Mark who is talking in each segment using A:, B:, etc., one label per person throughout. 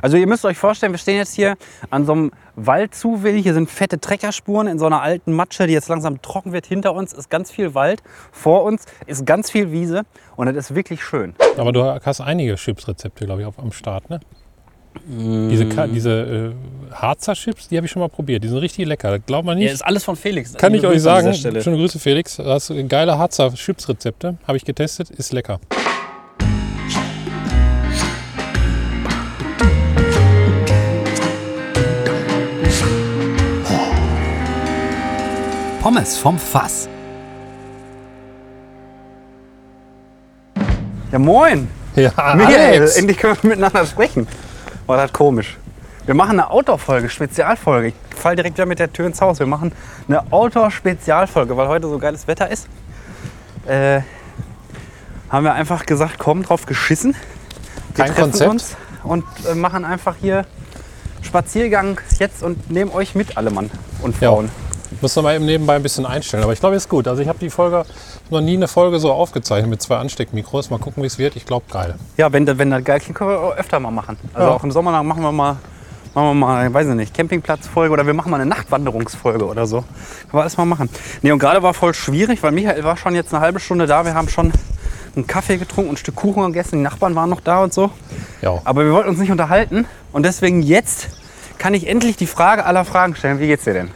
A: Also ihr müsst euch vorstellen, wir stehen jetzt hier an so einem Waldzuweg. Hier sind fette Treckerspuren in so einer alten Matsche, die jetzt langsam trocken wird. Hinter uns ist ganz viel Wald, vor uns ist ganz viel Wiese und das ist wirklich schön.
B: Aber du hast einige Chips-Rezepte, glaube ich, auf, am Start, ne? Diese, Ka-
A: Mm.
B: diese äh, Harzer Chips, die habe ich schon mal probiert. Die sind richtig lecker. Das glaubt man
A: Hier
B: nicht.
A: ist alles von Felix.
B: Kann ich
A: Liebe
B: euch
A: Grüße an
B: sagen.
A: dieser Stelle.
B: Schöne Grüße, Felix. Du hast geile Harzer Chips-Rezepte. Habe ich getestet. Ist lecker.
C: Pommes vom Fass.
A: Ja moin,
B: Ja,
A: Michael, endlich können wir miteinander sprechen. War das komisch. Wir machen eine Outdoor-Folge, Spezialfolge. Ich fall direkt wieder mit der Tür ins Haus. Wir machen eine Outdoor-Spezialfolge, weil heute so geiles Wetter ist. Äh, haben wir einfach gesagt, komm, drauf geschissen. Wir
B: Kein
A: treffen
B: Konzept.
A: uns und äh, machen einfach hier Spaziergang jetzt und nehmen euch mit, alle Mann und
B: Ja.
A: Frauen.
B: Muss noch mal eben nebenbei ein bisschen einstellen. Aber ich glaube, ist gut. Also ich habe die Folge noch nie eine Folge so aufgezeichnet mit zwei Ansteckmikros. Mal gucken, wie es wird. Ich glaube, geil.
A: Ja, wenn, da- wenn das geil klingt, können wir auch öfter mal machen. Also
B: Ja.
A: auch im Sommer lang machen wir mal, machen wir mal, ich weiß ich nicht, Campingplatzfolge oder wir machen mal eine Nachtwanderungsfolge oder so. Können wir alles mal machen. Nee, und gerade war voll schwierig, weil Michael war schon jetzt eine halbe Stunde da. Wir haben schon einen Kaffee getrunken und ein Stück Kuchen gegessen. Die Nachbarn waren noch da und so.
B: Ja.
A: Aber wir wollten uns nicht unterhalten. Und deswegen jetzt kann ich endlich die Frage aller Fragen stellen. Wie geht's dir denn?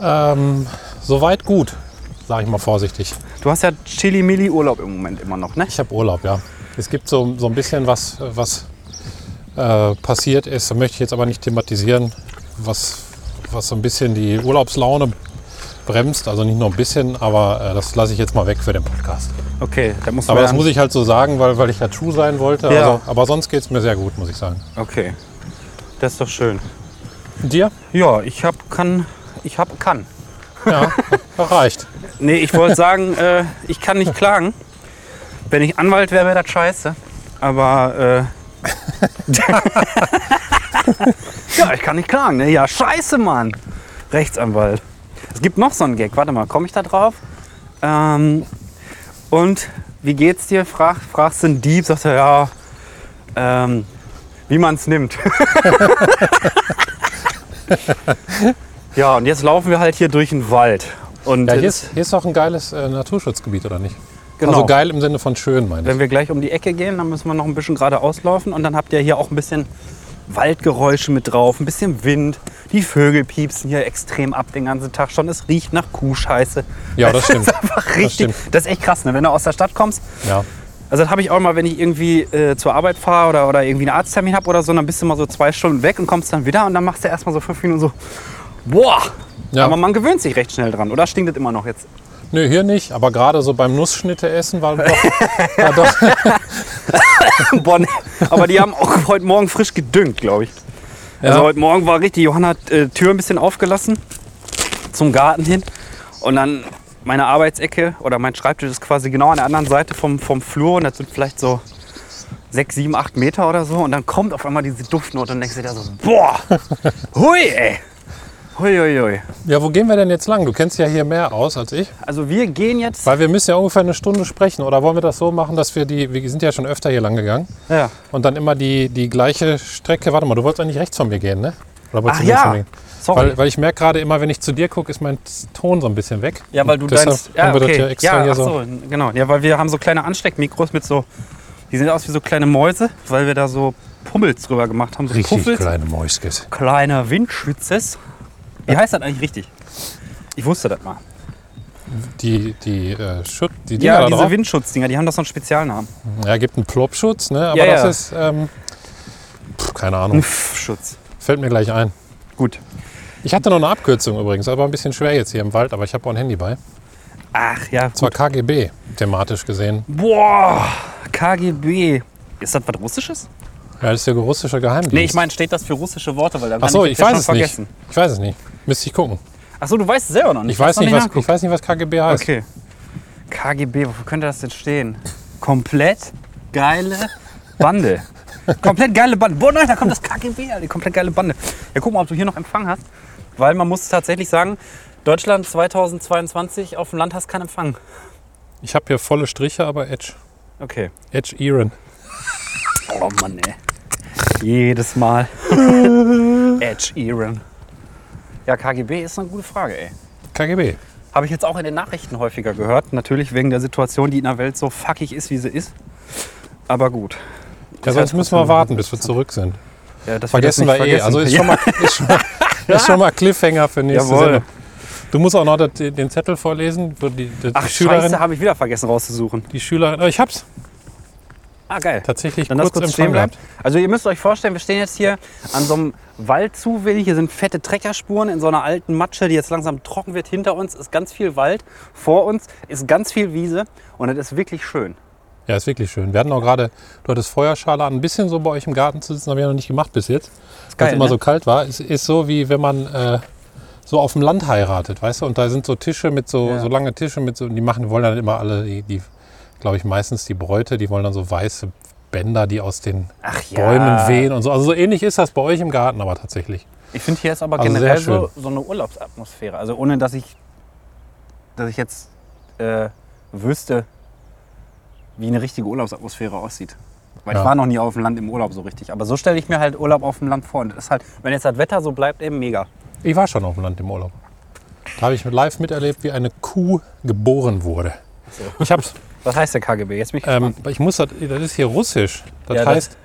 B: Ähm, soweit gut, sage ich mal vorsichtig.
A: Du hast ja Chili-Milli-Urlaub im Moment immer noch, ne?
B: Ich habe Urlaub, ja. Es gibt so, so ein bisschen was, was äh, passiert ist, möchte ich jetzt aber nicht thematisieren, was, was so ein bisschen die Urlaubslaune bremst. Also nicht nur ein bisschen, aber äh, das lasse ich jetzt mal weg für den Podcast.
A: Okay, da muss
B: Aber das muss ich halt so sagen, weil, weil ich ja true sein wollte.
A: Ja.
B: Also, aber sonst geht es mir sehr gut, muss ich sagen.
A: Okay, das ist doch schön.
B: Und dir?
A: Ja, ich hab kann, ich hab kann.
B: Ja, reicht.
A: Nee, ich wollte sagen, äh, ich kann nicht klagen. Wenn ich Anwalt wäre, wäre das scheiße. Aber äh, ja, ich kann nicht klagen. Ne? Ja, scheiße, Mann. Rechtsanwalt. Es gibt noch so einen Gag. Warte mal, komme ich da drauf? Ähm, und wie geht's dir? Frag, fragst den Dieb, sagt er, ja, ähm, wie man's nimmt. ja, und jetzt laufen wir halt hier durch den Wald. Und
B: Ja,
A: äh,
B: hier ist, hier ist auch ein geiles äh, Naturschutzgebiet, oder nicht?
A: Genau.
B: Also geil im Sinne von schön, meine ich.
A: Wenn wir gleich um die Ecke gehen, dann müssen wir noch ein bisschen geradeaus laufen und dann habt ihr hier auch ein bisschen Waldgeräusche mit drauf, ein bisschen Wind. Die Vögel piepsen hier extrem ab den ganzen Tag schon. Es riecht nach Kuhscheiße.
B: Ja, das stimmt.
A: ist einfach richtig. Das,
B: stimmt.
A: ist echt krass, ne? wenn du aus der Stadt kommst.
B: Ja.
A: Also das habe ich auch mal, wenn ich irgendwie äh, zur Arbeit fahre oder, oder irgendwie einen Arzttermin habe oder so, dann bist du mal so zwei Stunden weg und kommst dann wieder und dann machst du erstmal so fünf Minuten so, boah.
B: Ja.
A: Aber man gewöhnt sich recht schnell dran. Oder stinkt das immer noch jetzt?
B: Nö, hier nicht, aber gerade so beim Nussschnitte essen war doch, war doch
A: Bonn. Aber die haben auch heute Morgen frisch gedüngt, glaube ich. Also
B: Ja.
A: heute Morgen war richtig, Johanna hat äh, Tür ein bisschen aufgelassen zum Garten hin. Und dann meine Arbeitsecke oder mein Schreibtisch ist quasi genau an der anderen Seite vom, vom Flur. Und das sind vielleicht so sechs, sieben, acht Meter oder so. Und dann kommt auf einmal diese Duftnote und denkst du dir so, boah, hui ey. Hui, hui, hui.
B: Ja, wo gehen wir denn jetzt lang? Du kennst ja hier mehr aus als ich.
A: Also wir gehen jetzt...
B: Weil wir müssen ja ungefähr eine Stunde sprechen. Oder wollen wir das so machen, dass wir die, wir sind ja schon öfter hier lang gegangen
A: Ja.
B: und dann immer die, die gleiche Strecke. Warte mal, du wolltest eigentlich rechts von mir gehen, ne? Oder wolltest
A: Ach
B: du links
A: ja.
B: von mir gehen?
A: Sorry.
B: Weil, weil ich merke gerade immer, wenn ich zu dir gucke, ist mein Ton so ein bisschen weg.
A: Ja, weil du
B: Deshalb
A: deins. Ja,
B: haben wir das
A: okay.
B: hier extra
A: ja,
B: hier
A: ach
B: so.
A: so, genau. Ja, weil wir haben so kleine Ansteckmikros mit so. Die sehen aus wie so kleine Mäuse, weil wir da so Pummels drüber gemacht haben. So
B: Richtig
A: Puffels.
B: kleine Mäuskes.
A: Kleiner Windschützes. Wie heißt das eigentlich richtig? Ich wusste das mal.
B: Die, die, äh, Schut, die Dinger
A: Ja,
B: da
A: diese
B: drauf.
A: Windschutzdinger, die haben doch so einen Spezialnamen.
B: Ja, gibt einen Plopschutz, ne? Aber
A: Ja,
B: das
A: ja.
B: ist, ähm, pff, keine
A: Ein
B: Ahnung,
A: Pfschutz.
B: fällt mir gleich ein.
A: Gut.
B: Ich hatte noch eine Abkürzung übrigens, aber ein bisschen schwer jetzt hier im Wald, aber ich habe auch ein Handy bei.
A: Ach ja,
B: Es war KGB, thematisch gesehen.
A: boah, KGB. Ist das was Russisches?
B: Ja, das ist der russische Geheimdienst.
A: Nee, ich meine, steht das für russische Worte, weil dann
B: Ach so,
A: kann ich,
B: ich
A: das
B: weiß
A: schon
B: es
A: vergessen.
B: nicht. Ich weiß es nicht. Müsste ich gucken.
A: Ach so, du weißt es selber noch nicht.
B: Ich, weiß,
A: Hast noch
B: nicht, was,
A: nachgeguckt?
B: ich weiß nicht, was KGB heißt.
A: Okay. KGB, wofür könnte das denn stehen? Komplett geile Bande. Komplett geile Bande. Boah, nein, da kommt das KGB, Alter. Komplett geile Bande. Ja, guck mal, ob du hier noch Empfang hast. Weil man muss tatsächlich sagen, Deutschland 2022 auf dem Land hast keinen Empfang.
B: Ich habe hier volle Striche, aber Edge.
A: Okay.
B: Edge Iron.
A: Oh Mann, ey. Jedes Mal. Edge Ehren. Ja, KGB ist eine gute Frage, ey.
B: KGB.
A: Habe ich jetzt auch in den Nachrichten häufiger gehört. Natürlich wegen der Situation, die in der Welt so fuckig ist, wie sie ist. Aber gut.
B: Ja, sonst müssen wir warten, bis wir zurück sind.
A: Ja, dass
B: Vergessen wir,
A: das nicht
B: eh. Also ist schon, mal, ist, schon mal, ist schon mal Cliffhanger für nächste
A: Jawohl.
B: Sendung. Du musst auch noch das, den Zettel vorlesen. wo Die, die
A: Ach,
B: Schülerin,
A: Scheiße, habe ich wieder vergessen rauszusuchen.
B: die Schülerin. Oh, ich hab's
A: Ah, geil.
B: tatsächlich
A: Dann
B: kurz,
A: das kurz
B: im
A: stehen
B: Fang
A: bleibt.
B: gehabt.
A: Also ihr müsst euch vorstellen, wir stehen jetzt hier an so einem Waldzuweg. Hier sind fette Treckerspuren in so einer alten Matsche, die jetzt langsam trocken wird. Hinter uns ist ganz viel Wald, vor uns ist ganz viel Wiese und das ist wirklich schön.
B: Ja, ist wirklich schön. Wir hatten auch gerade, du hattest Feuerschale an, ein bisschen so bei euch im Garten zu sitzen, habe ich noch nicht gemacht bis jetzt. Weil
A: geil,
B: es immer
A: ne?
B: so kalt war. Es ist so, wie wenn man äh, so auf dem Land heiratet, weißt du? Und da sind so Tische mit so,
A: Ja.
B: so lange Tische mit so, und die machen, die wollen dann immer alle, die, die glaube ich, meistens die Bräute, die wollen dann so weiße Bänder, die aus den
A: Ach ja.
B: Bäumen wehen und so. Also so ähnlich ist das bei euch im Garten aber tatsächlich.
A: Ich finde hier ist aber
B: Also
A: generell
B: sehr
A: so, so eine Urlaubsatmosphäre. Also ohne dass ich, dass ich jetzt äh, wüsste, wie eine richtige Urlaubsatmosphäre aussieht. Weil
B: Ja.
A: ich war noch nie auf dem Land im Urlaub so richtig. Aber so stelle ich mir halt Urlaub auf dem Land vor. Und das ist halt, wenn jetzt das Wetter so bleibt, eben mega.
B: Ich war schon auf dem Land im Urlaub. Da habe ich live miterlebt, wie eine Kuh geboren wurde. Ich hab's,
A: Was heißt der KGB? Jetzt mich
B: ähm, ich muss das, das ist hier russisch. Das
A: Ja, das-
B: heißt,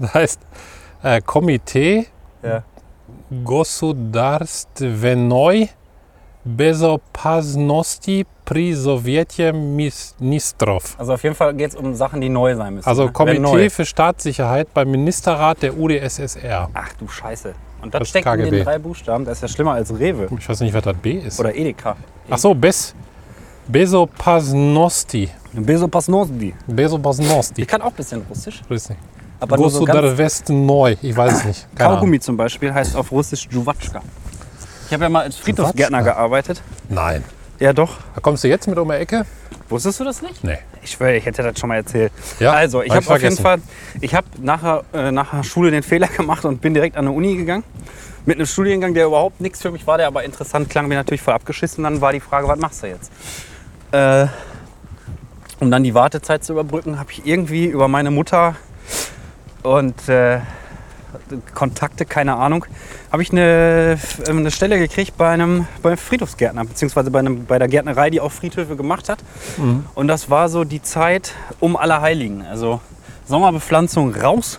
B: das, heißt äh, Komitee
A: ja.
B: Государственной Безопасности при Sowjetje Ministrov.
A: Also auf jeden Fall geht es um Sachen, die neu sein müssen.
B: Also
A: ne? Wenn neu.
B: Komitee für Staatssicherheit beim Ministerrat der UdSSR.
A: Ach du Scheiße. Und das,
B: Das
A: steckt in
B: KGB.
A: den drei Buchstaben. Das ist ja schlimmer als Rewe
B: Ich weiß nicht, was das B ist.
A: oder Edeka.
B: Ach so, Bes Безопасности.
A: Besopasnosdi.
B: Безопасности.
A: Ich kann auch ein bisschen Russisch.
B: Grüß dich.
A: Aber nur so ganz
B: Государственной. Ich weiß es nicht. Keine Ahnung.
A: Kaugummi zum Beispiel heißt auf Russisch Juwatschka. Ich habe ja mal als Friedhofsgärtner
B: Juwatschka?
A: gearbeitet.
B: Nein.
A: Ja, doch.
B: Da kommst du jetzt mit um die Ecke?
A: Wusstest du das nicht?
B: Nee.
A: Ich schwöre, ich hätte das schon mal erzählt.
B: Ja,
A: also, ich
B: hab
A: habe
B: ich
A: auf jeden
B: vergessen.
A: Fall, ich habe nachher, äh, nachher Schule den Fehler gemacht und bin direkt an eine Uni gegangen. Mit einem Studiengang, der überhaupt nichts für mich war, der aber interessant klang, mir natürlich voll abgeschissen. Dann war die Frage, was machst du jetzt? Äh, um dann die Wartezeit zu überbrücken, habe ich irgendwie über meine Mutter und äh, Kontakte, keine Ahnung, habe ich eine, äh, eine Stelle gekriegt bei einem, bei einem Friedhofsgärtner, beziehungsweise bei, einem, bei der Gärtnerei, die auch Friedhöfe gemacht hat.
B: Mhm.
A: Und das war so die Zeit um Allerheiligen. Also Sommerbepflanzung raus,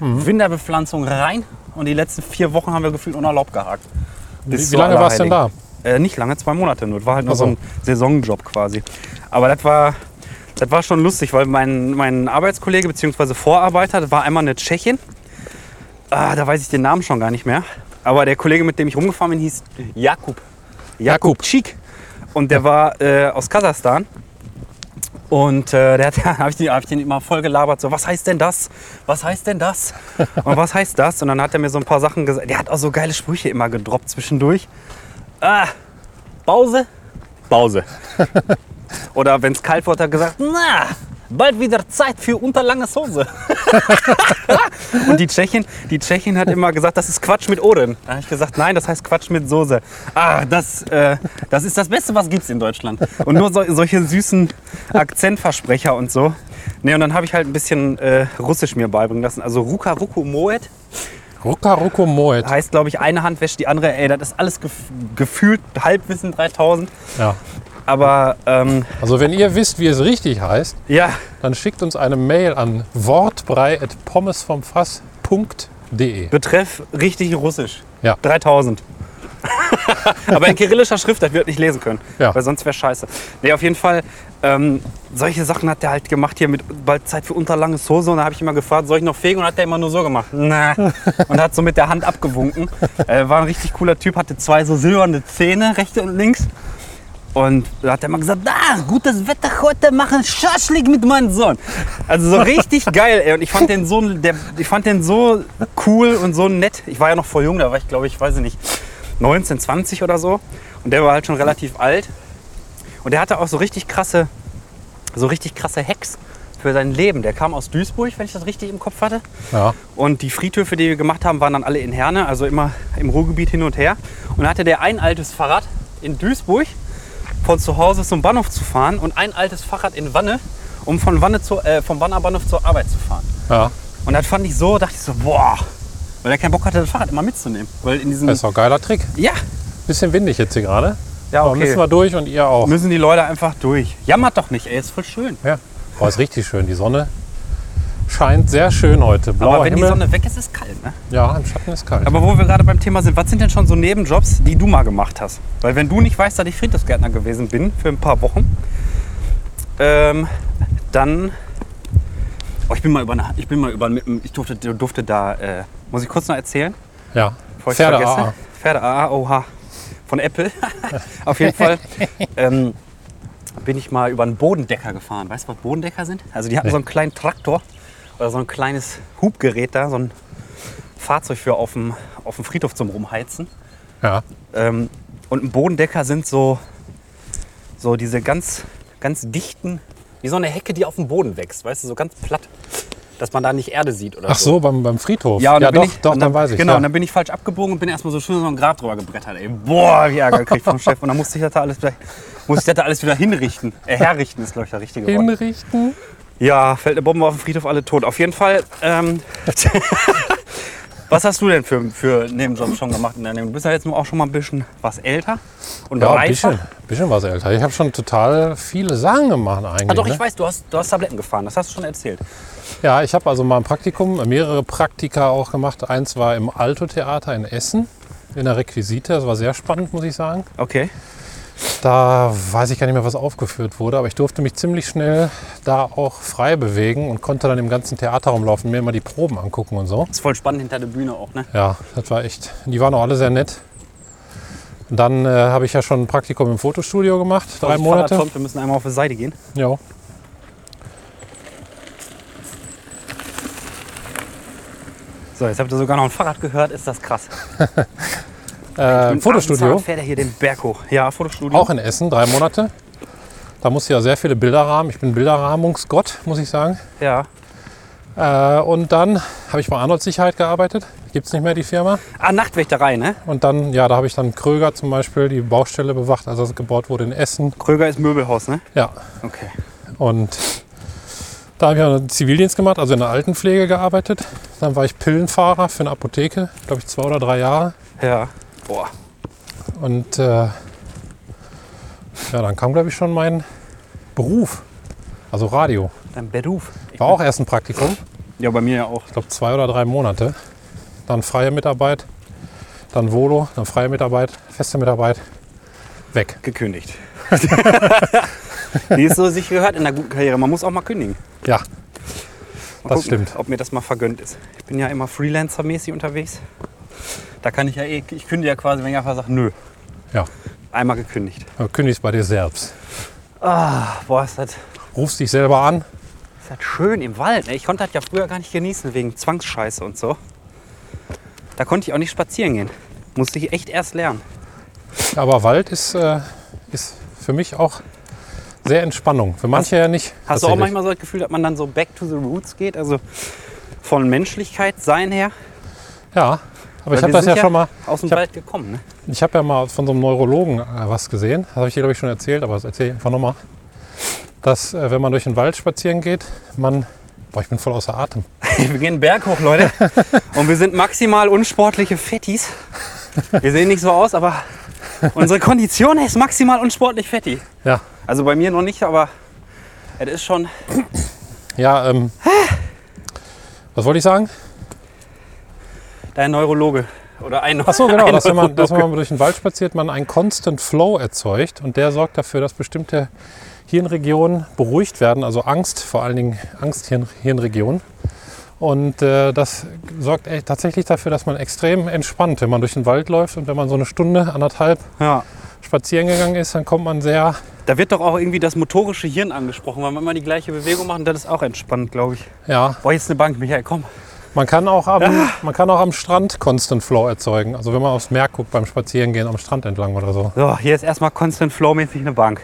B: Mhm.
A: Winterbepflanzung rein. Und die letzten vier Wochen haben wir gefühlt unerlaubt gehakt. Bis
B: Wie, wie
A: zu
B: lange warst du denn da?
A: Äh, nicht lange, zwei Monate nur. Das war halt nur
B: Ach so.
A: so ein Saisonjob quasi. Aber das war, das war schon lustig, weil mein, mein Arbeitskollege bzw. Vorarbeiter, das war einmal eine Tschechin. Ah, da weiß ich den Namen schon gar nicht mehr. Aber der Kollege, mit dem ich rumgefahren bin, hieß Jakub. Jakub Tschik. Und der war äh, aus Kasachstan. Und äh, der hat, habe ich, den- hab ich den immer voll gelabert, so, was heißt denn das? Was heißt denn das? Und was heißt das? Und dann hat er mir so ein paar Sachen gesagt. Der hat auch so geile Sprüche immer gedroppt zwischendurch. Ah, Pause? Pause. Oder wenn es kalt wird, hat er gesagt, na, bald wieder Zeit für unterlange Soße. Und die Tschechin, die Tschechin hat immer gesagt, das ist Quatsch mit Ohren. Da habe ich gesagt, nein, das heißt Quatsch mit Soße. Ah, das, äh, das ist das Beste, was gibt's in Deutschland. Und nur so, solche süßen Akzentversprecher und so. Nee, und dann habe ich halt ein bisschen äh, Russisch mir beibringen lassen. Also Ruka Ruku Moet
B: Ruka Ruko Moet.
A: heißt, glaube ich, eine Hand wäscht die andere. Ey, das ist alles gef gefühlt Halbwissen 3000.
B: Ja.
A: Aber ähm,
B: Also wenn ihr wisst, wie es richtig heißt,
A: ja,
B: dann schickt uns eine Mail an wortbrei.pommesvomfass.de.
A: betreff richtig Russisch.
B: Ja.
A: 3000. Aber in kyrillischer Schrift, das wird nicht lesen können.
B: Ja.
A: Weil sonst wäre scheiße. Nee, auf jeden Fall, ähm, solche Sachen hat der halt gemacht hier mit bald Zeit für unterlange Soße. Und da habe ich immer gefragt, soll ich noch fegen? Und hat der immer nur so gemacht. Na. Und hat so mit der Hand abgewunken. Äh, war ein richtig cooler Typ, hatte zwei so silberne Zähne, rechte und links. Und da hat er immer gesagt, ah, gutes Wetter heute, machen Schaschlik mit meinem Sohn. Also so richtig geil, ey. Und ich fand den so, der, ich fand den so cool und so nett. Ich war ja noch voll jung, da war ich glaube ich, weiß ich nicht, 19, 20 oder so. Und der war halt schon relativ alt. Und der hatte auch so richtig krasse, so richtig krasse Hacks für sein Leben. Der kam aus Duisburg, wenn ich das richtig im Kopf hatte.
B: Ja.
A: Und die Friedhöfe, die wir gemacht haben, waren dann alle in Herne, also immer im Ruhrgebiet hin und her. Und da hatte der ein altes Fahrrad in Duisburg von zu Hause zum Bahnhof zu fahren und ein altes Fahrrad in Wanne, um von Wanne zu, äh, vom Wannerbahnhof zur Arbeit zu fahren.
B: ja.
A: Und das fand ich so, dachte ich so, boah. Weil er keinen Bock hatte, das Fahrrad immer mitzunehmen. Weil in diesem.
B: Das ist auch ein geiler Trick.
A: Ja,
B: Bisschen windig jetzt hier gerade.
A: ja,
B: Aber müssen wir durch und ihr auch.
A: müssen die Leute einfach durch. Jammert doch nicht, ey, ist voll schön.
B: Ja. Boah, ist richtig schön. Die Sonne scheint sehr schön heute. Blauer
A: Aber wenn
B: Himmel.
A: die Sonne weg ist, ist kalt, ne?
B: ja, im Schatten ist kalt.
A: Aber wo wir gerade beim Thema sind, was sind denn schon so Nebenjobs, die du mal gemacht hast? Weil wenn du nicht weißt, dass ich Friedhofsgärtner gewesen bin für ein paar Wochen, ähm, dann... Oh, ich bin mal über eine, ich bin mal über ich durfte, durfte da, äh, muss ich kurz noch erzählen?
B: ja.
A: Bevor ich
B: Pferde ah,
A: vergesse.
B: AA.
A: Pferde AA, oha. Von Apple. Auf jeden Fall ähm, bin ich mal über einen Bodendecker gefahren. Weißt du, was Bodendecker sind? Also die hatten so einen kleinen Traktor oder so ein kleines Hubgerät da, so ein Fahrzeug für auf dem, auf dem Friedhof zum Rumheizen.
B: ah. Ja.
A: Ähm, und ein Bodendecker sind so, so diese ganz, ganz dichten, wie so eine Hecke, die auf dem Boden wächst, weißt du, so ganz platt, dass man da nicht Erde sieht oder
B: Ach
A: so.
B: so, beim, beim Friedhof.
A: Ja, und dann
B: doch,
A: bin ich,
B: doch,
A: und
B: dann, weiß ich.
A: Genau,
B: ja.
A: und dann bin ich falsch abgebogen und bin erstmal so schön so ein Grab drüber gebrettert. Ey. Boah, wie Ärger gekriegt vom Chef. Und dann musste ich das da alles wieder, musste ich das da alles wieder hinrichten. Äh, herrichten ist, glaube ich, der richtige Wort.
B: Hinrichten.
A: Ja, fällt eine Bombe auf den Friedhof, alle tot. Auf jeden Fall. Ähm, was hast du denn für, für Nebenjob schon gemacht in deinem Leben? Du bist ja jetzt nur auch schon mal ein bisschen was älter und
B: Ja, ein
A: reifer.
B: bisschen, bisschen was älter. Ich habe schon total viele Sachen gemacht eigentlich.
A: Ah, doch, ich
B: ne?
A: weiß, du hast, du hast Tabletten gefahren, das hast du schon erzählt.
B: Ja, ich habe also mal ein Praktikum, mehrere Praktika auch gemacht. Eins war im Alto-Theater in Essen, in der Requisite. Das war sehr spannend, muss ich sagen.
A: Okay.
B: Da weiß ich gar nicht mehr, was aufgeführt wurde, aber ich durfte mich ziemlich schnell da auch frei bewegen und konnte dann im ganzen Theater rumlaufen, mir immer die Proben angucken und so.
A: Ist voll spannend hinter der Bühne auch, ne?
B: Ja, das war echt. Die waren auch alle sehr nett. Und dann äh, habe ich ja schon ein Praktikum im Fotostudio gemacht, drei
A: Vorsicht, Fahrrad
B: Monate.
A: Kommt, wir müssen einmal auf die Seite gehen.
B: Ja.
A: So, jetzt habt ihr sogar noch ein Fahrrad gehört, ist das krass.
B: Äh, Fotostudio.
A: Fährt er hier den Berg hoch. Ja, Fotostudio.
B: Auch in Essen, drei Monate. Da musste ich ja sehr viele Bilder rahmen. Ich bin Bilderrahmungsgott, muss ich sagen.
A: Ja.
B: Äh, und dann habe ich bei Arnold Sicherheit gearbeitet. Gibt es nicht mehr die Firma.
A: Ah, Nachtwächterei, ne?
B: Und dann, ja, da habe ich dann Kröger zum Beispiel, die Baustelle bewacht, als das gebaut wurde in Essen.
A: Kröger ist Möbelhaus, ne?
B: Ja,
A: Okay.
B: und da habe ich auch einen Zivildienst gemacht, also in der Altenpflege gearbeitet. Dann war ich Pillenfahrer für eine Apotheke, glaube ich zwei oder drei Jahre.
A: Ja. Boah.
B: Und äh, ja, dann kam, glaube ich, schon mein Beruf, also Radio.
A: Dein Beruf.
B: War auch erst ein Praktikum,
A: Ja, bei mir ja auch.
B: ich glaube zwei oder drei Monate. Dann freie Mitarbeit, dann Volo, dann freie Mitarbeit, feste Mitarbeit, weg.
A: Gekündigt. Wie es so sich gehört in einer guten Karriere. Man muss auch mal kündigen.
B: Ja,
A: Mal
B: Das stimmt.
A: Ob mir das mal vergönnt ist. Ich bin ja immer Freelancer-mäßig unterwegs. Da kann ich ja eh, ich kündige ja quasi, wenn ich einfach sage, nö.
B: ja,
A: Einmal gekündigt.
B: du kündigst bei dir selbst.
A: Ah, boah, ist das,
B: Rufst dich selber an,
A: ist das schön im Wald. Ne? Ich konnte das ja früher gar nicht genießen wegen Zwangsscheiße und so. Da konnte ich auch nicht spazieren gehen. Musste ich echt erst lernen.
B: aber Wald ist, äh, ist für mich auch sehr Entspannung. Für manche ja nicht.
A: Hast du auch
B: tatsächlich.
A: manchmal so das Gefühl, dass man dann so back to the roots geht? Also von Menschlichkeit sein her?
B: Ja, aber
A: Weil
B: ich
A: wir
B: habe das
A: sind
B: ja schon mal,
A: Aus dem
B: ich hab-
A: Wald gekommen, ne?
B: ich habe ja mal von so einem Neurologen äh, was gesehen. Das habe ich dir, glaube ich, schon erzählt, aber das erzähle ich einfach nochmal. Dass, äh, wenn man durch den Wald spazieren geht, man. Boah, ich bin voll außer Atem.
A: Wir gehen Berg hoch, Leute. Und wir sind maximal unsportliche Fettis. Wir sehen nicht so aus, aber unsere Kondition ist maximal unsportlich fetti.
B: Ja,
A: Also bei mir noch nicht, aber es ist schon.
B: ja, ähm. Was wollte ich sagen?
A: Dein Neurologe oder ein
B: Ach so, genau,
A: ein
B: dass wenn, man, dass wenn
A: Neurologe.
B: man durch den Wald spaziert, man einen Constant Flow erzeugt und der sorgt dafür, dass bestimmte Hirnregionen beruhigt werden, also Angst, vor allen Dingen Angst-Hirnregionen. Und äh, das sorgt echt tatsächlich dafür, dass man extrem entspannt, wenn man durch den Wald läuft und wenn man so eine Stunde, anderthalb
A: ja.
B: spazieren gegangen ist, dann kommt man sehr,
A: Da wird doch auch irgendwie das motorische Hirn angesprochen, weil man immer die gleiche Bewegung macht und das ist auch entspannt, glaube ich.
B: ja,
A: Boah, jetzt eine Bank, Michael, komm.
B: man kann, auch am, man kann auch am Strand Constant Flow erzeugen. Also wenn man aufs Meer guckt beim Spazierengehen am Strand entlang oder so.
A: So, hier ist erstmal Constant Flow-mäßig eine Bank.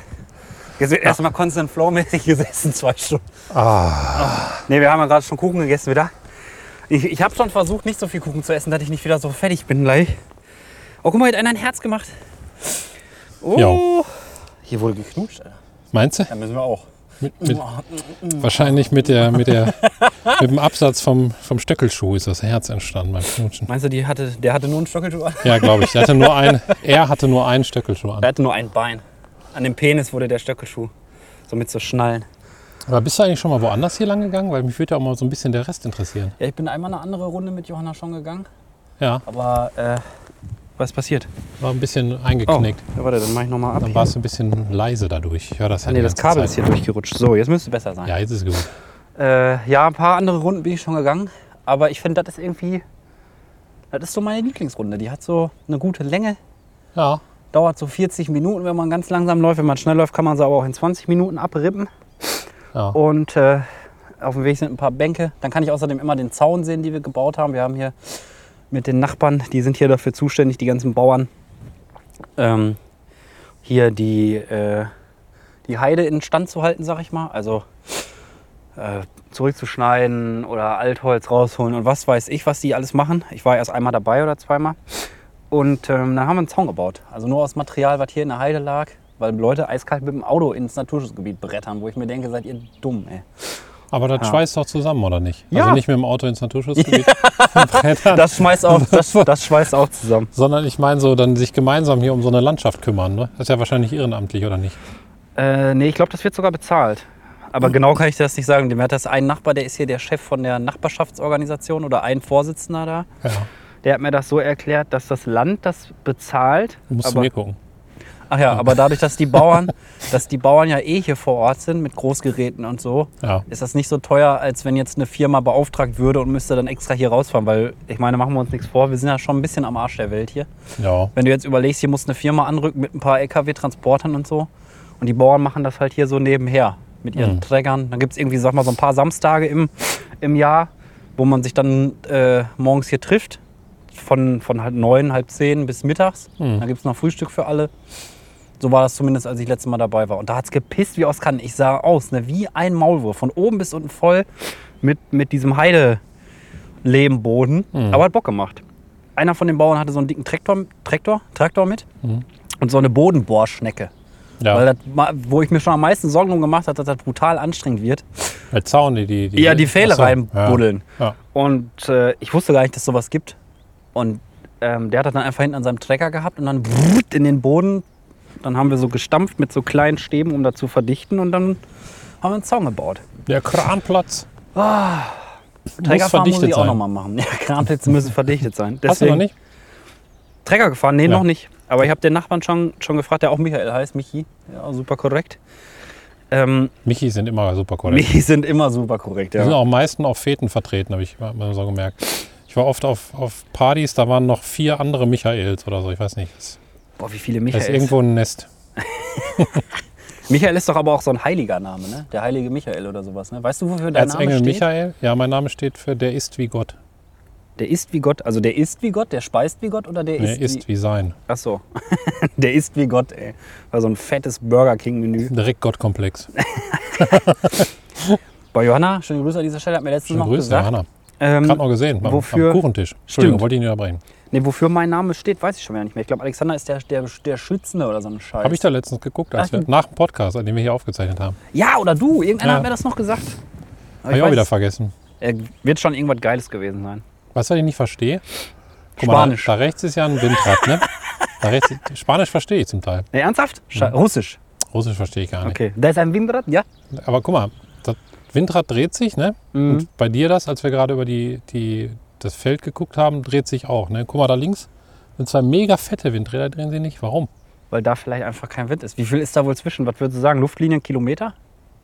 A: Jetzt wird erstmal Constant Flow-mäßig gesessen, zwei Stunden. Ah. Ne, wir haben ja gerade schon Kuchen gegessen wieder. Ich, ich habe schon versucht, nicht so viel Kuchen zu essen, dass ich nicht wieder so fertig bin gleich. Oh, guck mal, hier hat einer ein Herz gemacht. Oh.
B: Ja.
A: Hier wurde geknutscht, Alter.
B: Meinst du?
A: Da müssen wir auch.
B: Mit, mit, wahrscheinlich mit, der, mit, der, mit dem Absatz vom, vom Stöckelschuh ist das Herz entstanden beim Knutschen.
A: Meinst du, die hatte, der hatte nur einen Stöckelschuh an?
B: Ja, glaube ich. Der hatte nur ein, er hatte nur einen Stöckelschuh
A: Er
B: an.
A: hatte nur ein Bein. An dem Penis wurde der Stöckelschuh. So mit so Schnallen.
B: Aber bist du eigentlich schon mal woanders hier lang gegangen? Weil mich würde ja auch mal so ein bisschen der Rest interessieren.
A: Ja, ich bin einmal eine andere Runde mit Johanna schon gegangen.
B: Ja,
A: Aber, äh, was ist passiert?
B: war ein bisschen eingeknickt.
A: Oh. ja, warte, dann mach ich nochmal ab.
B: Dann
A: hier.
B: war es ein bisschen leise dadurch. Ja, das
A: Ah,
B: hat
A: Oh. nee,
B: die
A: das
B: ganze
A: Kabel
B: Zeit-
A: ist hier durchgerutscht. So, jetzt müsste besser sein.
B: Ja, jetzt ist gut.
A: Äh, ja, ein paar andere Runden bin ich schon gegangen. Aber ich finde, das ist irgendwie. Das ist so meine Lieblingsrunde. Die hat so eine gute Länge.
B: Ja,
A: Dauert so 40 Minuten, wenn man ganz langsam läuft. Wenn man schnell läuft, kann man sie aber auch in 20 Minuten abrippen.
B: ja.
A: Und äh, auf dem Weg sind ein paar Bänke. Dann kann ich außerdem immer den Zaun sehen, die wir gebaut haben. Wir haben hier mit den Nachbarn, die sind hier dafür zuständig, die ganzen Bauern, ähm, hier die, äh, die Heide in Stand zu halten, sag ich mal. Also äh, zurückzuschneiden oder Altholz rausholen und was weiß ich, was die alles machen. Ich war erst einmal dabei oder zweimal. Und ähm, dann haben wir einen Zaun gebaut. Also nur aus Material, was hier in der Heide lag, weil Leute eiskalt mit dem Auto ins Naturschutzgebiet brettern, wo ich mir denke, seid ihr dumm, ey.
B: Aber das schweißt doch zusammen, oder nicht?
A: Ja.
B: Also nicht mit dem Auto ins Naturschutzgebiet brettern,
A: Das schmeißt auch, das, das schweißt auch zusammen.
B: sondern ich meine so, dann sich gemeinsam hier um so eine Landschaft kümmern. Ne? Das ist ja wahrscheinlich ehrenamtlich, oder nicht?
A: Äh, nee, ich glaube, das wird sogar bezahlt. Aber genau kann ich das nicht sagen. Dem hat das ein Nachbar, der ist hier der Chef von der Nachbarschaftsorganisation oder ein Vorsitzender da.
B: Ja.
A: Der hat mir das so erklärt, dass das Land das bezahlt.
B: Musst du
A: aber,
B: mir gucken.
A: ach ja, aber dadurch, dass die Bauern, dass die Bauern ja eh hier vor Ort sind mit Großgeräten und so,
B: Ja.
A: ist das nicht so teuer, als wenn jetzt eine Firma beauftragt würde und müsste dann extra hier rausfahren. Weil ich meine, machen wir uns nichts vor, wir sind ja schon ein bisschen am Arsch der Welt hier.
B: Ja.
A: Wenn du jetzt überlegst, hier muss eine Firma anrücken mit ein paar LKW-Transportern und so. Und die Bauern machen das halt hier so nebenher mit ihren Trägern. Dann gibt es irgendwie, sag mal, so ein paar Samstage im, im Jahr, wo man sich dann äh, morgens hier trifft. Von, von halb neun, halb zehn bis mittags. Dann gibt es noch Frühstück für alle. So war das zumindest, als ich letztes Mal dabei war. Und da hat es gepisst wie aus Kannen. Ich sah aus, ne, wie ein Maulwurf. Von oben bis unten voll mit, mit diesem Heide-Lehmboden.
B: Mhm.
A: Aber hat Bock gemacht. Einer von den Bauern hatte so einen dicken Traktor, Traktor, Traktor mit und so eine Bodenbohrschnecke.
B: Mhm. ja.
A: Weil das, ma- wo ich mir schon am meisten Sorgen drum gemacht habe, dass das brutal anstrengend wird.
B: Weil Zaun, die, die,
A: Ja, die Pfähle
B: Achso,
A: reinbuddeln.
B: Ja.
A: Und äh, ich wusste gar nicht, dass sowas gibt. Und ähm, der hat das dann einfach hinten an seinem Trecker gehabt und dann brrrt in den Boden. Dann haben wir so gestampft mit so kleinen Stäben, um das zu verdichten. Und dann haben wir einen Zaun gebaut.
B: Ja. Der Kranplatz.
A: Treckerfahren muss
B: verdichtet
A: ich auch
B: sein.
A: nochmal machen. Ja, Kranplätze müssen verdichtet sein.
B: Hast du noch nicht?
A: Trecker gefahren? Nee,
B: Ja.
A: noch nicht. Aber ich habe den Nachbarn schon, schon gefragt, der auch Michael heißt, Michi. Ja, super korrekt. Ähm,
B: Michi sind immer super korrekt.
A: Michi sind immer super korrekt,
B: Die sind
A: ja.
B: auch am meisten auf Feten vertreten, habe ich mal so gemerkt. Ich war oft auf, auf Partys, da waren noch vier andere Michaels oder so, ich weiß nicht. Das
A: Boah, wie viele
B: da ist
A: Michaels.
B: irgendwo ein Nest.
A: Michael ist doch aber auch so ein heiliger Name, ne? Der heilige Michael oder sowas, ne? Weißt du, wofür dein Name
B: Erzengel
A: steht?
B: Michael, ja, mein Name steht für Der ist wie Gott.
A: Der ist wie Gott, also der ist wie Gott, der speist wie Gott oder der
B: Der
A: ist,
B: ist
A: wie...
B: wie sein.
A: Ach so. der ist wie Gott, ey. War so ein fettes Burger King-Menü.
B: Direkt Gottkomplex.
A: Bei Johanna, schöne Grüße an dieser Stelle, hat mir letztens
B: Schöne
A: noch
B: Grüße,
A: gesagt.
B: Johanna.
A: Ähm,
B: Gerade noch gesehen, am,
A: wofür-
B: am Kuchentisch. Entschuldigung,
A: Stimmt.
B: wollte ich nicht unterbrechen.
A: nee, wofür mein Name steht, weiß ich schon wieder nicht mehr. Ich glaube, Alexander ist der, der, der Schützende oder so ein Scheiß.
B: Habe ich da letztens geguckt, als
A: Ach,
B: wir, nach dem Podcast, an dem wir hier aufgezeichnet haben.
A: Ja, oder du. Irgendeiner
B: Ja.
A: hat mir das noch gesagt. Aber
B: Habe ich auch
A: weiß,
B: wieder vergessen.
A: äh, Wird schon irgendwas Geiles gewesen sein.
B: Weißt du, was ich nicht verstehe? Guck
A: Spanisch.
B: Mal, da, da rechts ist ja ein Windrad, ne? Da rechts, Spanisch verstehe ich zum Teil.
A: Nee, ernsthaft?
B: Mhm.
A: Sche- Russisch.
B: Russisch verstehe ich gar nicht.
A: Okay. Da ist ein Windrad, ja?
B: Aber guck mal, das Windrad dreht sich, ne?
A: Mhm.
B: Und bei dir das, als wir gerade über die, die, das Feld geguckt haben, dreht sich auch, ne? Guck mal, da links sind zwei mega fette Windräder, drehen sie nicht. Warum?
A: Weil da vielleicht einfach kein Wind ist. Wie viel ist da wohl zwischen? Was würdest du sagen? Luftlinien, Kilometer?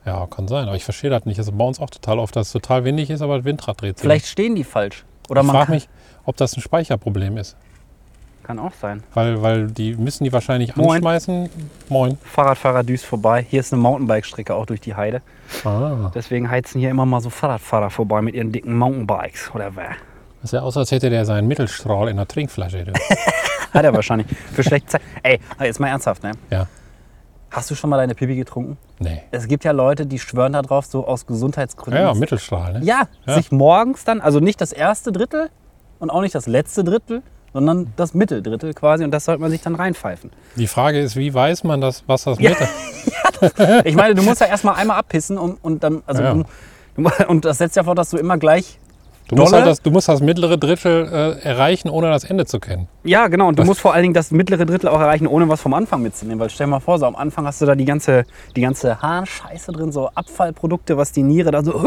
B: Ja, kann sein, aber ich verstehe das nicht. Also bei uns auch total oft, dass es total windig ist, aber das Windrad dreht sich.
A: Vielleicht stehen die falsch. Oder
B: ich
A: man
B: frage
A: kann,
B: mich, ob das ein Speicherproblem ist.
A: kann auch sein.
B: Weil, weil die müssen die wahrscheinlich
A: Moin.
B: anschmeißen. Moin.
A: Fahrradfahrer düst vorbei. Hier ist eine Mountainbike-Strecke auch durch die Heide.
B: Ah.
A: Deswegen heizen hier immer mal so Fahrradfahrer vorbei mit ihren dicken Mountainbikes. Oder wer?
B: Ist ja aus, als hätte der seinen Mittelstrahl in der Trinkflasche. du.
A: Hat er wahrscheinlich. Für schlechte Zeit. Ey, jetzt mal ernsthaft, ne?
B: ja.
A: Hast du schon mal deine Pipi getrunken?
B: Nee.
A: Es gibt ja Leute, die schwören darauf, so aus Gesundheitsgründen.
B: Ja, ja,
A: dass-
B: Mittelstrahl, ne?
A: Ja,
B: Ja.
A: sich morgens dann, also nicht das erste Drittel und auch nicht das letzte Drittel, sondern das Mitteldrittel quasi und das sollte man sich dann reinpfeifen.
B: Die Frage ist, wie weiß man das, was das Mittel.
A: Ja, Ich meine, du musst ja erstmal einmal abpissen und, und dann. Also
B: Ja, ja.
A: Du, du, und das setzt ja vor, dass du immer gleich.
B: Du musst,
A: Dolle?
B: halt das, du musst das mittlere Drittel äh, erreichen, ohne das Ende zu kennen.
A: Ja, genau. Und du musst vor allen Dingen das mittlere Drittel auch erreichen, ohne was vom Anfang mitzunehmen. Weil stell dir mal vor, so am Anfang hast du da die ganze, die ganze Haarscheiße drin, so Abfallprodukte, was die Niere da so,